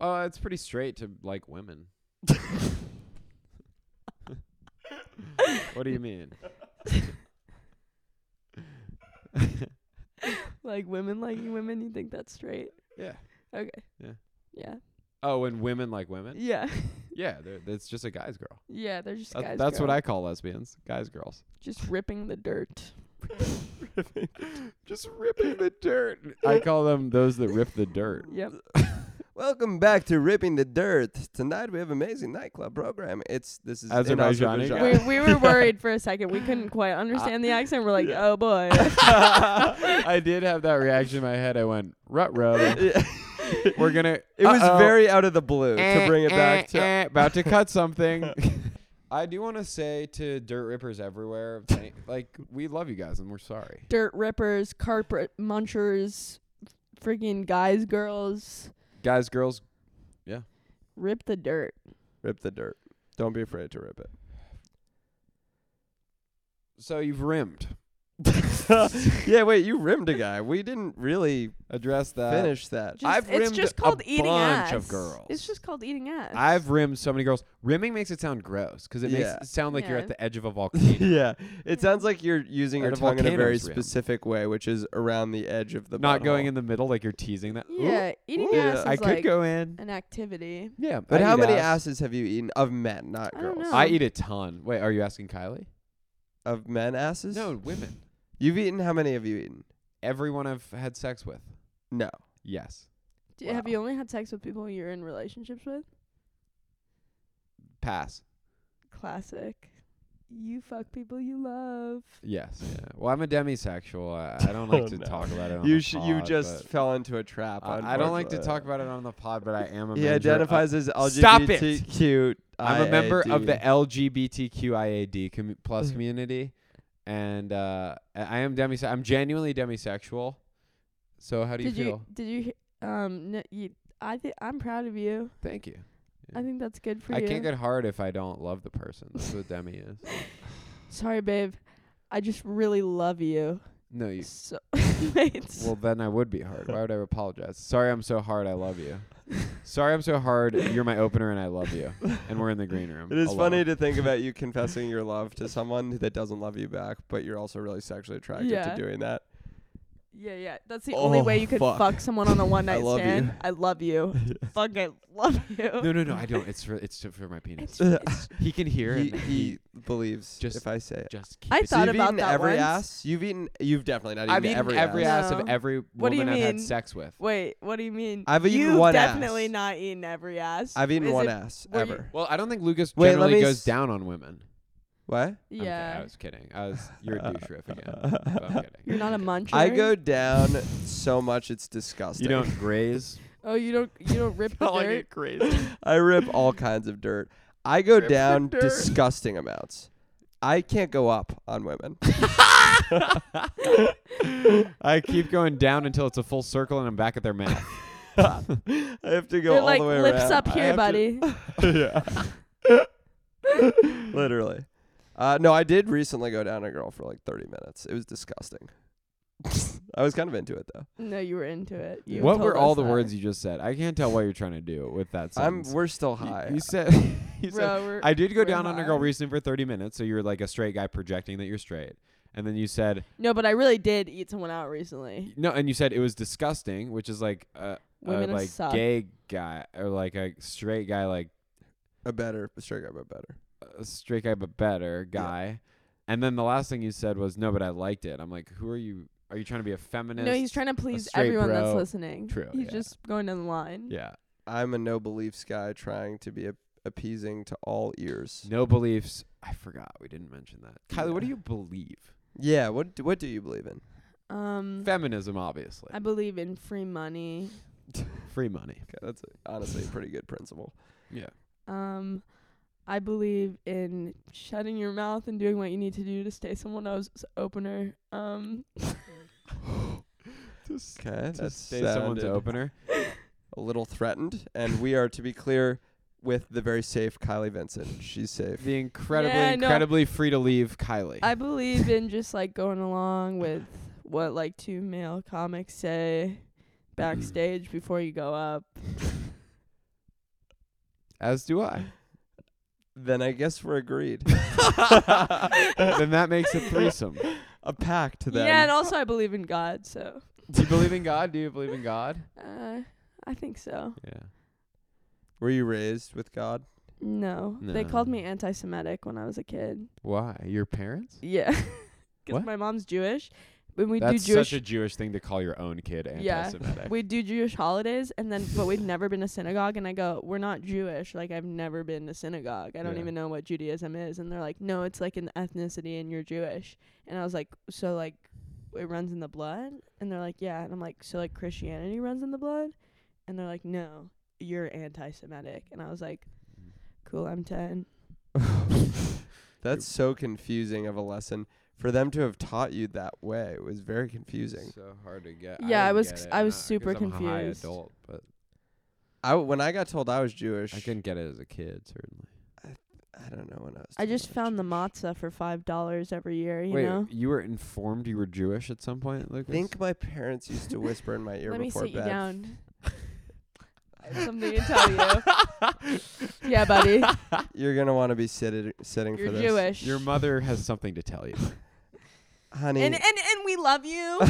Speaker 2: Uh, it's pretty straight to like women. what do you mean? [laughs]
Speaker 3: Like women like women? You think that's straight?
Speaker 2: Yeah.
Speaker 3: Okay.
Speaker 2: Yeah.
Speaker 3: Yeah.
Speaker 2: Oh, and women like women?
Speaker 3: Yeah.
Speaker 2: Yeah, they're- that's just a guy's girl.
Speaker 3: Yeah. They're just
Speaker 2: That-
Speaker 3: guys.
Speaker 2: that's what
Speaker 3: girl.
Speaker 2: I call lesbians. Guys, [laughs] girls.
Speaker 3: just ripping the dirt.
Speaker 2: Just ripping the dirt. I call them those that rip the dirt.
Speaker 3: Yep.
Speaker 1: Welcome back to Ripping the Dirt. Tonight we have amazing nightclub program. It's this is
Speaker 2: Azerbaijani
Speaker 1: in
Speaker 2: guy.
Speaker 3: We
Speaker 2: [laughs]
Speaker 3: we were worried for a second. We couldn't quite understand the accent. We're like, oh boy.
Speaker 2: I did have that reaction in my head. I went, rut row.
Speaker 1: Azerbaijan.
Speaker 2: We're gonna.
Speaker 1: [laughs] It was
Speaker 2: uh-oh. [laughs]
Speaker 1: very out of the blue to
Speaker 2: Eh,
Speaker 1: bring it back
Speaker 2: eh,
Speaker 1: to.
Speaker 2: eh, about to
Speaker 1: [laughs]
Speaker 2: cut something. [laughs] I do want to say to dirt rippers everywhere, thank- like we love you guys and we're sorry.
Speaker 3: Dirt rippers, carpet munchers, freaking guys, girls,
Speaker 2: Guys, girls,
Speaker 3: rip the dirt.
Speaker 1: Rip the dirt. Don't be afraid to rip it.
Speaker 2: so you've rimmed.
Speaker 1: yeah, wait, you rimmed a guy. We didn't really
Speaker 2: Address that.
Speaker 1: finish that.
Speaker 2: [laughs]
Speaker 3: Just,
Speaker 2: I've
Speaker 3: it's
Speaker 2: rimmed
Speaker 3: just
Speaker 2: a
Speaker 3: called eating
Speaker 2: bunch
Speaker 3: ass.
Speaker 2: of girls.
Speaker 3: It's just called eating ass.
Speaker 2: I've rimmed so many girls. Rimming makes it sound gross because it
Speaker 1: Yeah.
Speaker 2: makes it sound like you're
Speaker 3: Yeah.
Speaker 2: at the edge of a volcano.
Speaker 1: yeah, it sounds like you're using your
Speaker 2: And a
Speaker 1: tongue in a very
Speaker 2: volcano's rim.
Speaker 1: specific way, which is around the edge of [laughs] the.
Speaker 2: Not
Speaker 1: butthole.
Speaker 2: going in the middle like you're teasing that. "Ooh,
Speaker 3: yeah, eating
Speaker 1: ooh,
Speaker 3: ass
Speaker 1: yeah,
Speaker 3: is
Speaker 2: I could
Speaker 3: like
Speaker 2: go in.
Speaker 3: an activity.
Speaker 2: Yeah,
Speaker 1: But
Speaker 2: I
Speaker 1: how
Speaker 2: eat
Speaker 1: many
Speaker 2: ass.
Speaker 1: asses have you eaten of men, not
Speaker 3: I
Speaker 1: girls?
Speaker 3: don't know.
Speaker 2: I eat a ton. Wait, are you asking Kylie?
Speaker 1: Of men asses?
Speaker 2: No, women.
Speaker 1: You've eaten how many have you eaten?
Speaker 2: Everyone I've had sex with.
Speaker 1: No.
Speaker 2: Yes.
Speaker 3: Do, Have
Speaker 2: Wow.
Speaker 3: you only had sex with people you're in relationships with?
Speaker 2: Pass.
Speaker 3: Classic. You fuck people you love.
Speaker 2: Yes. Yeah. Well, I'm a demisexual. I, I don't like
Speaker 1: [laughs] Oh,
Speaker 2: to
Speaker 1: no.
Speaker 2: talk about it. On
Speaker 1: You
Speaker 2: the
Speaker 1: sh-
Speaker 2: pod,
Speaker 1: you just
Speaker 2: but-
Speaker 1: fell into a trap.
Speaker 2: I, I don't like to talk
Speaker 1: unfortunately.
Speaker 2: about it on the pod, but I am a.
Speaker 1: He
Speaker 2: member
Speaker 1: identifies as
Speaker 2: uh, stop it.
Speaker 1: LGBTQ.
Speaker 2: Of, I'm a member of
Speaker 1: [laughs]
Speaker 2: the LGBTQIAD com- plus
Speaker 1: Mm-hmm.
Speaker 2: community, and uh, I I am demise. I'm genuinely demisexual. So how do you
Speaker 3: did
Speaker 2: feel?
Speaker 3: you did you he- um n- you, I think I'm proud of you.
Speaker 2: Thank you.
Speaker 3: I think that's good for
Speaker 2: I
Speaker 3: you.
Speaker 2: can't get hard if I don't love the person. That's what
Speaker 1: [laughs]
Speaker 2: demi is.
Speaker 3: Sorry, babe. I just really love you.
Speaker 2: No, you.
Speaker 3: So [laughs] wait.
Speaker 2: Well, then I would be hard. Why would I apologize? Sorry, I'm so hard. I love
Speaker 3: [laughs]
Speaker 2: you. Sorry, I'm so hard. You're my opener, and I love you. And we're in the green room.
Speaker 1: It is
Speaker 2: alone.
Speaker 1: funny to think about
Speaker 2: [laughs]
Speaker 1: you confessing your love to someone that doesn't love you back, but you're also really sexually attracted
Speaker 3: Yeah.
Speaker 1: to doing
Speaker 2: [laughs]
Speaker 1: that.
Speaker 3: yeah, yeah. That's the only
Speaker 1: Oh,
Speaker 3: way you could
Speaker 1: fuck.
Speaker 3: fuck,
Speaker 1: [laughs]
Speaker 3: someone on a one night
Speaker 1: love you.
Speaker 3: stand. I love
Speaker 1: [laughs]
Speaker 3: you. fuck, I love you.
Speaker 2: No, no, no. I don't. It's for it's to- for my penis.
Speaker 3: [laughs] It's, it's
Speaker 2: He can hear
Speaker 1: He,
Speaker 2: it. and
Speaker 1: he believes
Speaker 2: Just-
Speaker 1: if I say it.
Speaker 2: just. Keep
Speaker 3: I
Speaker 2: it.
Speaker 1: So
Speaker 3: thought
Speaker 1: you've
Speaker 3: about
Speaker 1: eaten
Speaker 3: that
Speaker 1: every
Speaker 3: once.
Speaker 1: ass. You've eaten. You've definitely not eaten
Speaker 2: I've eaten
Speaker 1: every,
Speaker 2: every,
Speaker 1: ass.
Speaker 2: ass, of
Speaker 3: No.
Speaker 2: every
Speaker 3: What do you
Speaker 2: woman I've had
Speaker 3: mean?
Speaker 2: sex with.
Speaker 3: Wait, what do you mean?
Speaker 1: I've eaten
Speaker 3: You've
Speaker 1: one
Speaker 3: definitely
Speaker 1: ass.
Speaker 3: not eaten every ass.
Speaker 1: I've eaten
Speaker 3: Is
Speaker 1: one
Speaker 3: it-
Speaker 1: ass
Speaker 3: were you-
Speaker 1: ever.
Speaker 2: Well, I don't think Lucas
Speaker 1: Wait, let
Speaker 2: generally
Speaker 1: me
Speaker 2: goes
Speaker 1: s-
Speaker 2: down on women. [laughs]
Speaker 1: What?
Speaker 2: I'm ki-
Speaker 3: Yeah.
Speaker 2: I was kidding. I was. You're a douche riff
Speaker 3: [laughs]
Speaker 2: again. But I'm kidding.
Speaker 3: You're not a muncher.
Speaker 1: [laughs] I go down so much it's disgusting.
Speaker 2: You don't
Speaker 3: [laughs]
Speaker 2: graze.
Speaker 3: Oh, you don't you
Speaker 2: [laughs]
Speaker 3: don't rip the dirt.
Speaker 2: crazy.
Speaker 1: [laughs] I rip all kinds of dirt. I go
Speaker 2: Rip the
Speaker 1: down
Speaker 2: dirt.
Speaker 1: disgusting amounts. I can't go up on
Speaker 2: [laughs]
Speaker 1: women. [laughs]
Speaker 2: I keep going down until it's a full circle and I'm back at their mouth.
Speaker 1: I have to go
Speaker 3: They're
Speaker 1: all
Speaker 3: like
Speaker 1: the way
Speaker 3: lips
Speaker 1: around.
Speaker 3: up
Speaker 2: I
Speaker 3: here,
Speaker 2: have to-
Speaker 1: [laughs]
Speaker 3: buddy.
Speaker 1: yeah. Literally. Uh, no, I did recently go down a girl for like 30 minutes. It was disgusting. [laughs] I was kind of into it though.
Speaker 3: no, you were into it. You
Speaker 2: what
Speaker 3: told
Speaker 2: were all
Speaker 3: us
Speaker 2: the
Speaker 3: that.
Speaker 2: words you just said? I can't tell what you're trying to do with
Speaker 3: [laughs]
Speaker 2: that
Speaker 1: I'm
Speaker 2: sentence.
Speaker 1: we're still
Speaker 2: You-
Speaker 1: high.
Speaker 2: You, said, [laughs] you said
Speaker 3: Bro, we're-
Speaker 2: I did go
Speaker 3: we're
Speaker 2: down on a
Speaker 3: high.
Speaker 2: girl recently for 30 minutes, so you're like a straight guy projecting that you're straight. and then you said
Speaker 3: No, but I really did eat someone out recently.
Speaker 2: no, and you said it was disgusting, which is like a, a
Speaker 3: Women
Speaker 2: like
Speaker 3: suck.
Speaker 2: gay guy or like a straight guy, like
Speaker 1: A better, straight up a better.
Speaker 2: a straight guy but better
Speaker 1: Yeah.
Speaker 2: guy. And then the last thing you said was no, but I liked it. I'm like, who are you? Are you trying to be a feminist?
Speaker 3: No, he's trying to please
Speaker 2: straight
Speaker 3: everyone that's
Speaker 2: bro.
Speaker 3: listening.
Speaker 2: True,
Speaker 3: He's
Speaker 2: yeah.
Speaker 3: just going in line.
Speaker 2: Yeah.
Speaker 1: I'm a no beliefs guy trying to be a- appeasing to all ears.
Speaker 2: No beliefs. I forgot we didn't mention that. Kylie, what do
Speaker 1: Yeah.
Speaker 2: you believe?
Speaker 1: Yeah, what do- what do you believe in?
Speaker 3: Um
Speaker 2: Feminism, obviously.
Speaker 3: I believe in free money.
Speaker 2: Free money.
Speaker 1: Okay, that's honestly a pretty good principle.
Speaker 2: Yeah.
Speaker 3: Um I believe in shutting your mouth and doing what you need to do to stay someone else's opener. Um
Speaker 1: Okay,
Speaker 2: To
Speaker 1: that's
Speaker 2: stay someone's
Speaker 1: sounded
Speaker 2: opener.
Speaker 1: a little threatened, and we are to be clear with the very safe Kylie Vincent. She's safe.
Speaker 2: The incredibly,
Speaker 3: Yeah, I know.
Speaker 2: incredibly free to leave Kylie.
Speaker 3: I
Speaker 2: [laughs]
Speaker 3: believe in just like going along with what like two male comics say backstage before you go up.
Speaker 2: As do [laughs] I.
Speaker 1: Then I guess we're
Speaker 2: [laughs]
Speaker 1: agreed.
Speaker 2: then that makes a threesome.
Speaker 1: A pact then.
Speaker 3: Yeah, and also I believe in God, so
Speaker 2: Do you believe in God? Do you believe in God?
Speaker 3: uh I think so.
Speaker 2: Yeah.
Speaker 1: Were you raised with
Speaker 3: [laughs]
Speaker 1: God?
Speaker 3: No. They called
Speaker 2: No.
Speaker 3: me anti Semitic when I was a kid.
Speaker 2: Why? Your parents?
Speaker 3: Yeah. [laughs] 'Cause
Speaker 2: What?
Speaker 3: my mom's Jewish. When we
Speaker 2: That's
Speaker 3: do Jewish
Speaker 2: such a Jewish thing to call your own kid
Speaker 3: Yeah.
Speaker 2: anti-Semitic.
Speaker 3: we do Jewish holidays and then but we've never been to synagogue and I go, We're not Jewish, like I've never been to synagogue. I don't
Speaker 2: Yeah.
Speaker 3: even know what Judaism is and they're like, No, it's like an ethnicity and you're Jewish and I was like, So like it runs in the blood? And they're like, Yeah and I'm like, So like Christianity runs in the blood? And they're like, No, you're anti Semitic and I was like, Cool, I'm ten.
Speaker 1: That's so confusing of a lesson. For them to have taught you that way was very confusing.
Speaker 2: So hard to get.
Speaker 3: Yeah, I
Speaker 2: didn't
Speaker 3: was
Speaker 2: get
Speaker 3: c-
Speaker 2: it,
Speaker 3: I
Speaker 2: and
Speaker 3: was
Speaker 2: I- 'cause
Speaker 3: super
Speaker 2: I'm a high
Speaker 3: confused.
Speaker 2: adult, but
Speaker 1: I when I got told I was Jewish,
Speaker 2: I couldn't get it as a kid, certainly.
Speaker 1: I don't know when I was.
Speaker 3: I
Speaker 1: told
Speaker 3: just
Speaker 1: was
Speaker 3: found the
Speaker 1: Jewish.
Speaker 3: matzah for five dollars every year, you
Speaker 2: Wait,
Speaker 3: know?
Speaker 2: you were informed you were Jewish at some point, Lucas?
Speaker 1: I think my parents used to whisper
Speaker 3: [laughs]
Speaker 1: in my ear
Speaker 3: Let me
Speaker 1: before
Speaker 3: sit you
Speaker 1: bed. [laughs]
Speaker 3: down. I have something to tell you.
Speaker 1: [laughs]
Speaker 3: yeah, buddy.
Speaker 1: You're gonna want to be sitting sitting
Speaker 3: You're
Speaker 1: for this,
Speaker 3: Jewish.
Speaker 2: Your mother has something to tell you.
Speaker 1: honey. [laughs]
Speaker 3: and, and and we love you.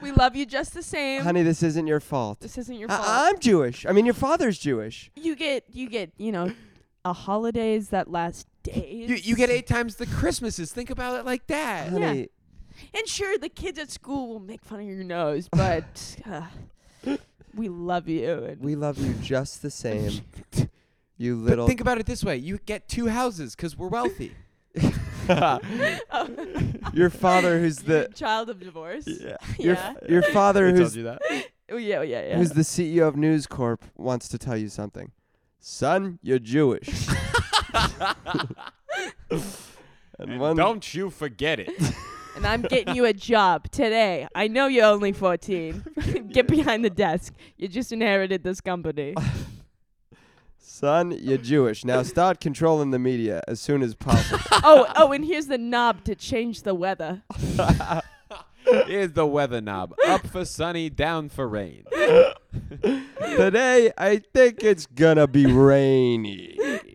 Speaker 3: we love you just the same.
Speaker 1: honey, this isn't your fault.
Speaker 3: This isn't your fault.
Speaker 1: I- I'm Jewish. I mean, your father's Jewish.
Speaker 3: you get you get, you know, a holidays that last days.
Speaker 2: eight times the Christmases. Think about it like that.
Speaker 1: Honey,
Speaker 3: And sure the kids at school will make fun of your
Speaker 1: [laughs]
Speaker 3: nose, but uh, we love you and [laughs]
Speaker 1: we love you just the same. you little.
Speaker 2: [laughs] about it this way: you get two houses because we're wealthy.
Speaker 1: your father, who's
Speaker 3: You're a
Speaker 1: the
Speaker 3: Oh. [laughs] child of divorce.
Speaker 1: yeah. Your,
Speaker 3: Yeah.
Speaker 1: f- your [laughs] father, who's
Speaker 2: you that?
Speaker 3: Oh, yeah, yeah, yeah.
Speaker 1: who's the CEO of News Corp, wants to tell you something. Son, you're
Speaker 3: [laughs]
Speaker 1: Jewish. [laughs] and, one
Speaker 2: don't you forget it.
Speaker 3: and I'm getting you a job today. I know you're only 14. [laughs] Get behind the desk. You just inherited
Speaker 1: [laughs]
Speaker 3: this company.
Speaker 1: [laughs] son, you're Jewish. Now start controlling the media as soon as
Speaker 3: [laughs]
Speaker 1: possible.
Speaker 3: oh, oh, and here's the knob to change the
Speaker 1: [laughs]
Speaker 3: weather.
Speaker 2: Here's the weather knob: up for sunny, down for rain.
Speaker 1: Today, I think it's gonna be
Speaker 3: [laughs]
Speaker 1: rainy. [laughs]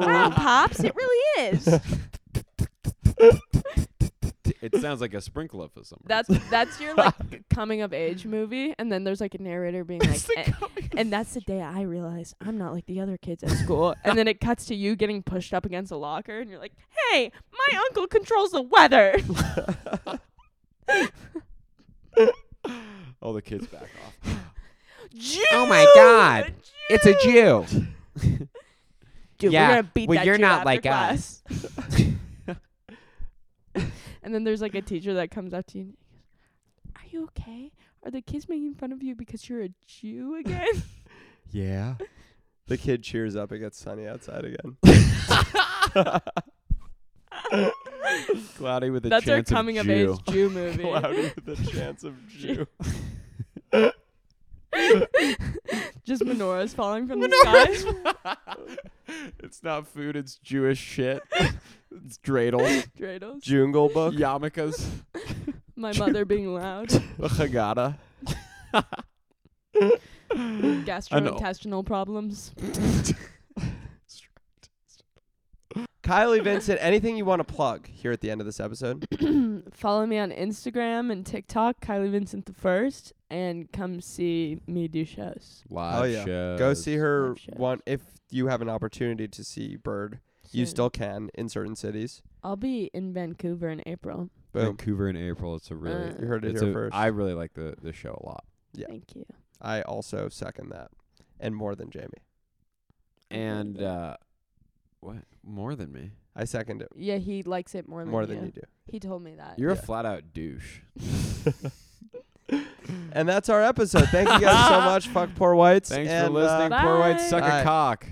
Speaker 3: Wow, pops, it really is.
Speaker 2: It sounds like a sprinkler for some reason. [laughs]
Speaker 3: That's that's your like coming of age movie, and then there's like a narrator being like, "Eh," and that's the day I realized I'm not like the other kids at school. and then it cuts to you getting pushed up against a locker, and you're like, hey, my uncle controls the
Speaker 2: [laughs]
Speaker 3: weather.
Speaker 2: all the kids back off.
Speaker 3: Jew!
Speaker 2: Oh my God.
Speaker 3: Jew!
Speaker 2: It's a Jew.
Speaker 3: Dude,
Speaker 2: Yeah,
Speaker 3: we're gonna beat
Speaker 2: well,
Speaker 3: that
Speaker 2: you're
Speaker 3: Jew
Speaker 2: not
Speaker 3: after
Speaker 2: like uh, [laughs]
Speaker 3: class. [laughs] and then there's like a teacher that comes up to you and goes, Are you okay? Are the kids making fun of you because you're a Jew
Speaker 2: [laughs]
Speaker 3: again? [laughs]
Speaker 2: Yeah.
Speaker 1: the kid cheers up. It gets sunny outside again.
Speaker 2: Cloudy with a
Speaker 3: That's our
Speaker 2: chance
Speaker 3: coming
Speaker 2: of,
Speaker 3: of,
Speaker 2: Jew.
Speaker 3: age
Speaker 2: [laughs]
Speaker 3: Jew movie.
Speaker 1: with the chance of Jew.
Speaker 3: [laughs] Just menorahs falling from the sky.
Speaker 2: it's not food, it's Jewish shit. it's dreidels,
Speaker 1: [laughs]
Speaker 3: Dreidels. [laughs]
Speaker 1: Jungle book.
Speaker 2: yarmulkes,
Speaker 3: My mother being loud.
Speaker 2: the Haggadah.
Speaker 3: Gastrointestinal problems.
Speaker 1: Kylie Vincent, anything you want to plug here at the end of this episode?
Speaker 3: Follow me on Instagram and TikTok, Kylie Vincent the first, and come see me do shows.
Speaker 2: [laughs] Live
Speaker 1: Oh, yeah.
Speaker 2: shows.
Speaker 1: Go see her
Speaker 3: Love shows.
Speaker 1: one if you have an opportunity to see Bird. You
Speaker 3: Soon.
Speaker 1: still can in certain cities.
Speaker 3: I'll be in Vancouver in April.
Speaker 1: Boom.
Speaker 2: Vancouver in April. It's a really.
Speaker 3: Uh,
Speaker 1: You heard it
Speaker 2: it's
Speaker 1: here
Speaker 2: a-
Speaker 1: first.
Speaker 2: I
Speaker 1: I,
Speaker 2: really like the the show a lot.
Speaker 1: Yeah.
Speaker 3: Thank you.
Speaker 1: also second that, and more than Jamie.
Speaker 2: And uh, what more than me?
Speaker 1: I second it
Speaker 3: Yeah, he likes it more than
Speaker 1: more
Speaker 3: you.
Speaker 1: than you do.
Speaker 3: He told me that.
Speaker 2: You're
Speaker 1: Yeah.
Speaker 2: a flat out douche.
Speaker 1: And that's our episode. Thank you guys so much. Fuck poor whites.
Speaker 3: [laughs]
Speaker 2: Thanks
Speaker 1: and,
Speaker 2: for
Speaker 1: uh,
Speaker 2: listening. Poor white
Speaker 3: Bye.
Speaker 2: suck a
Speaker 1: Bye.
Speaker 2: cock.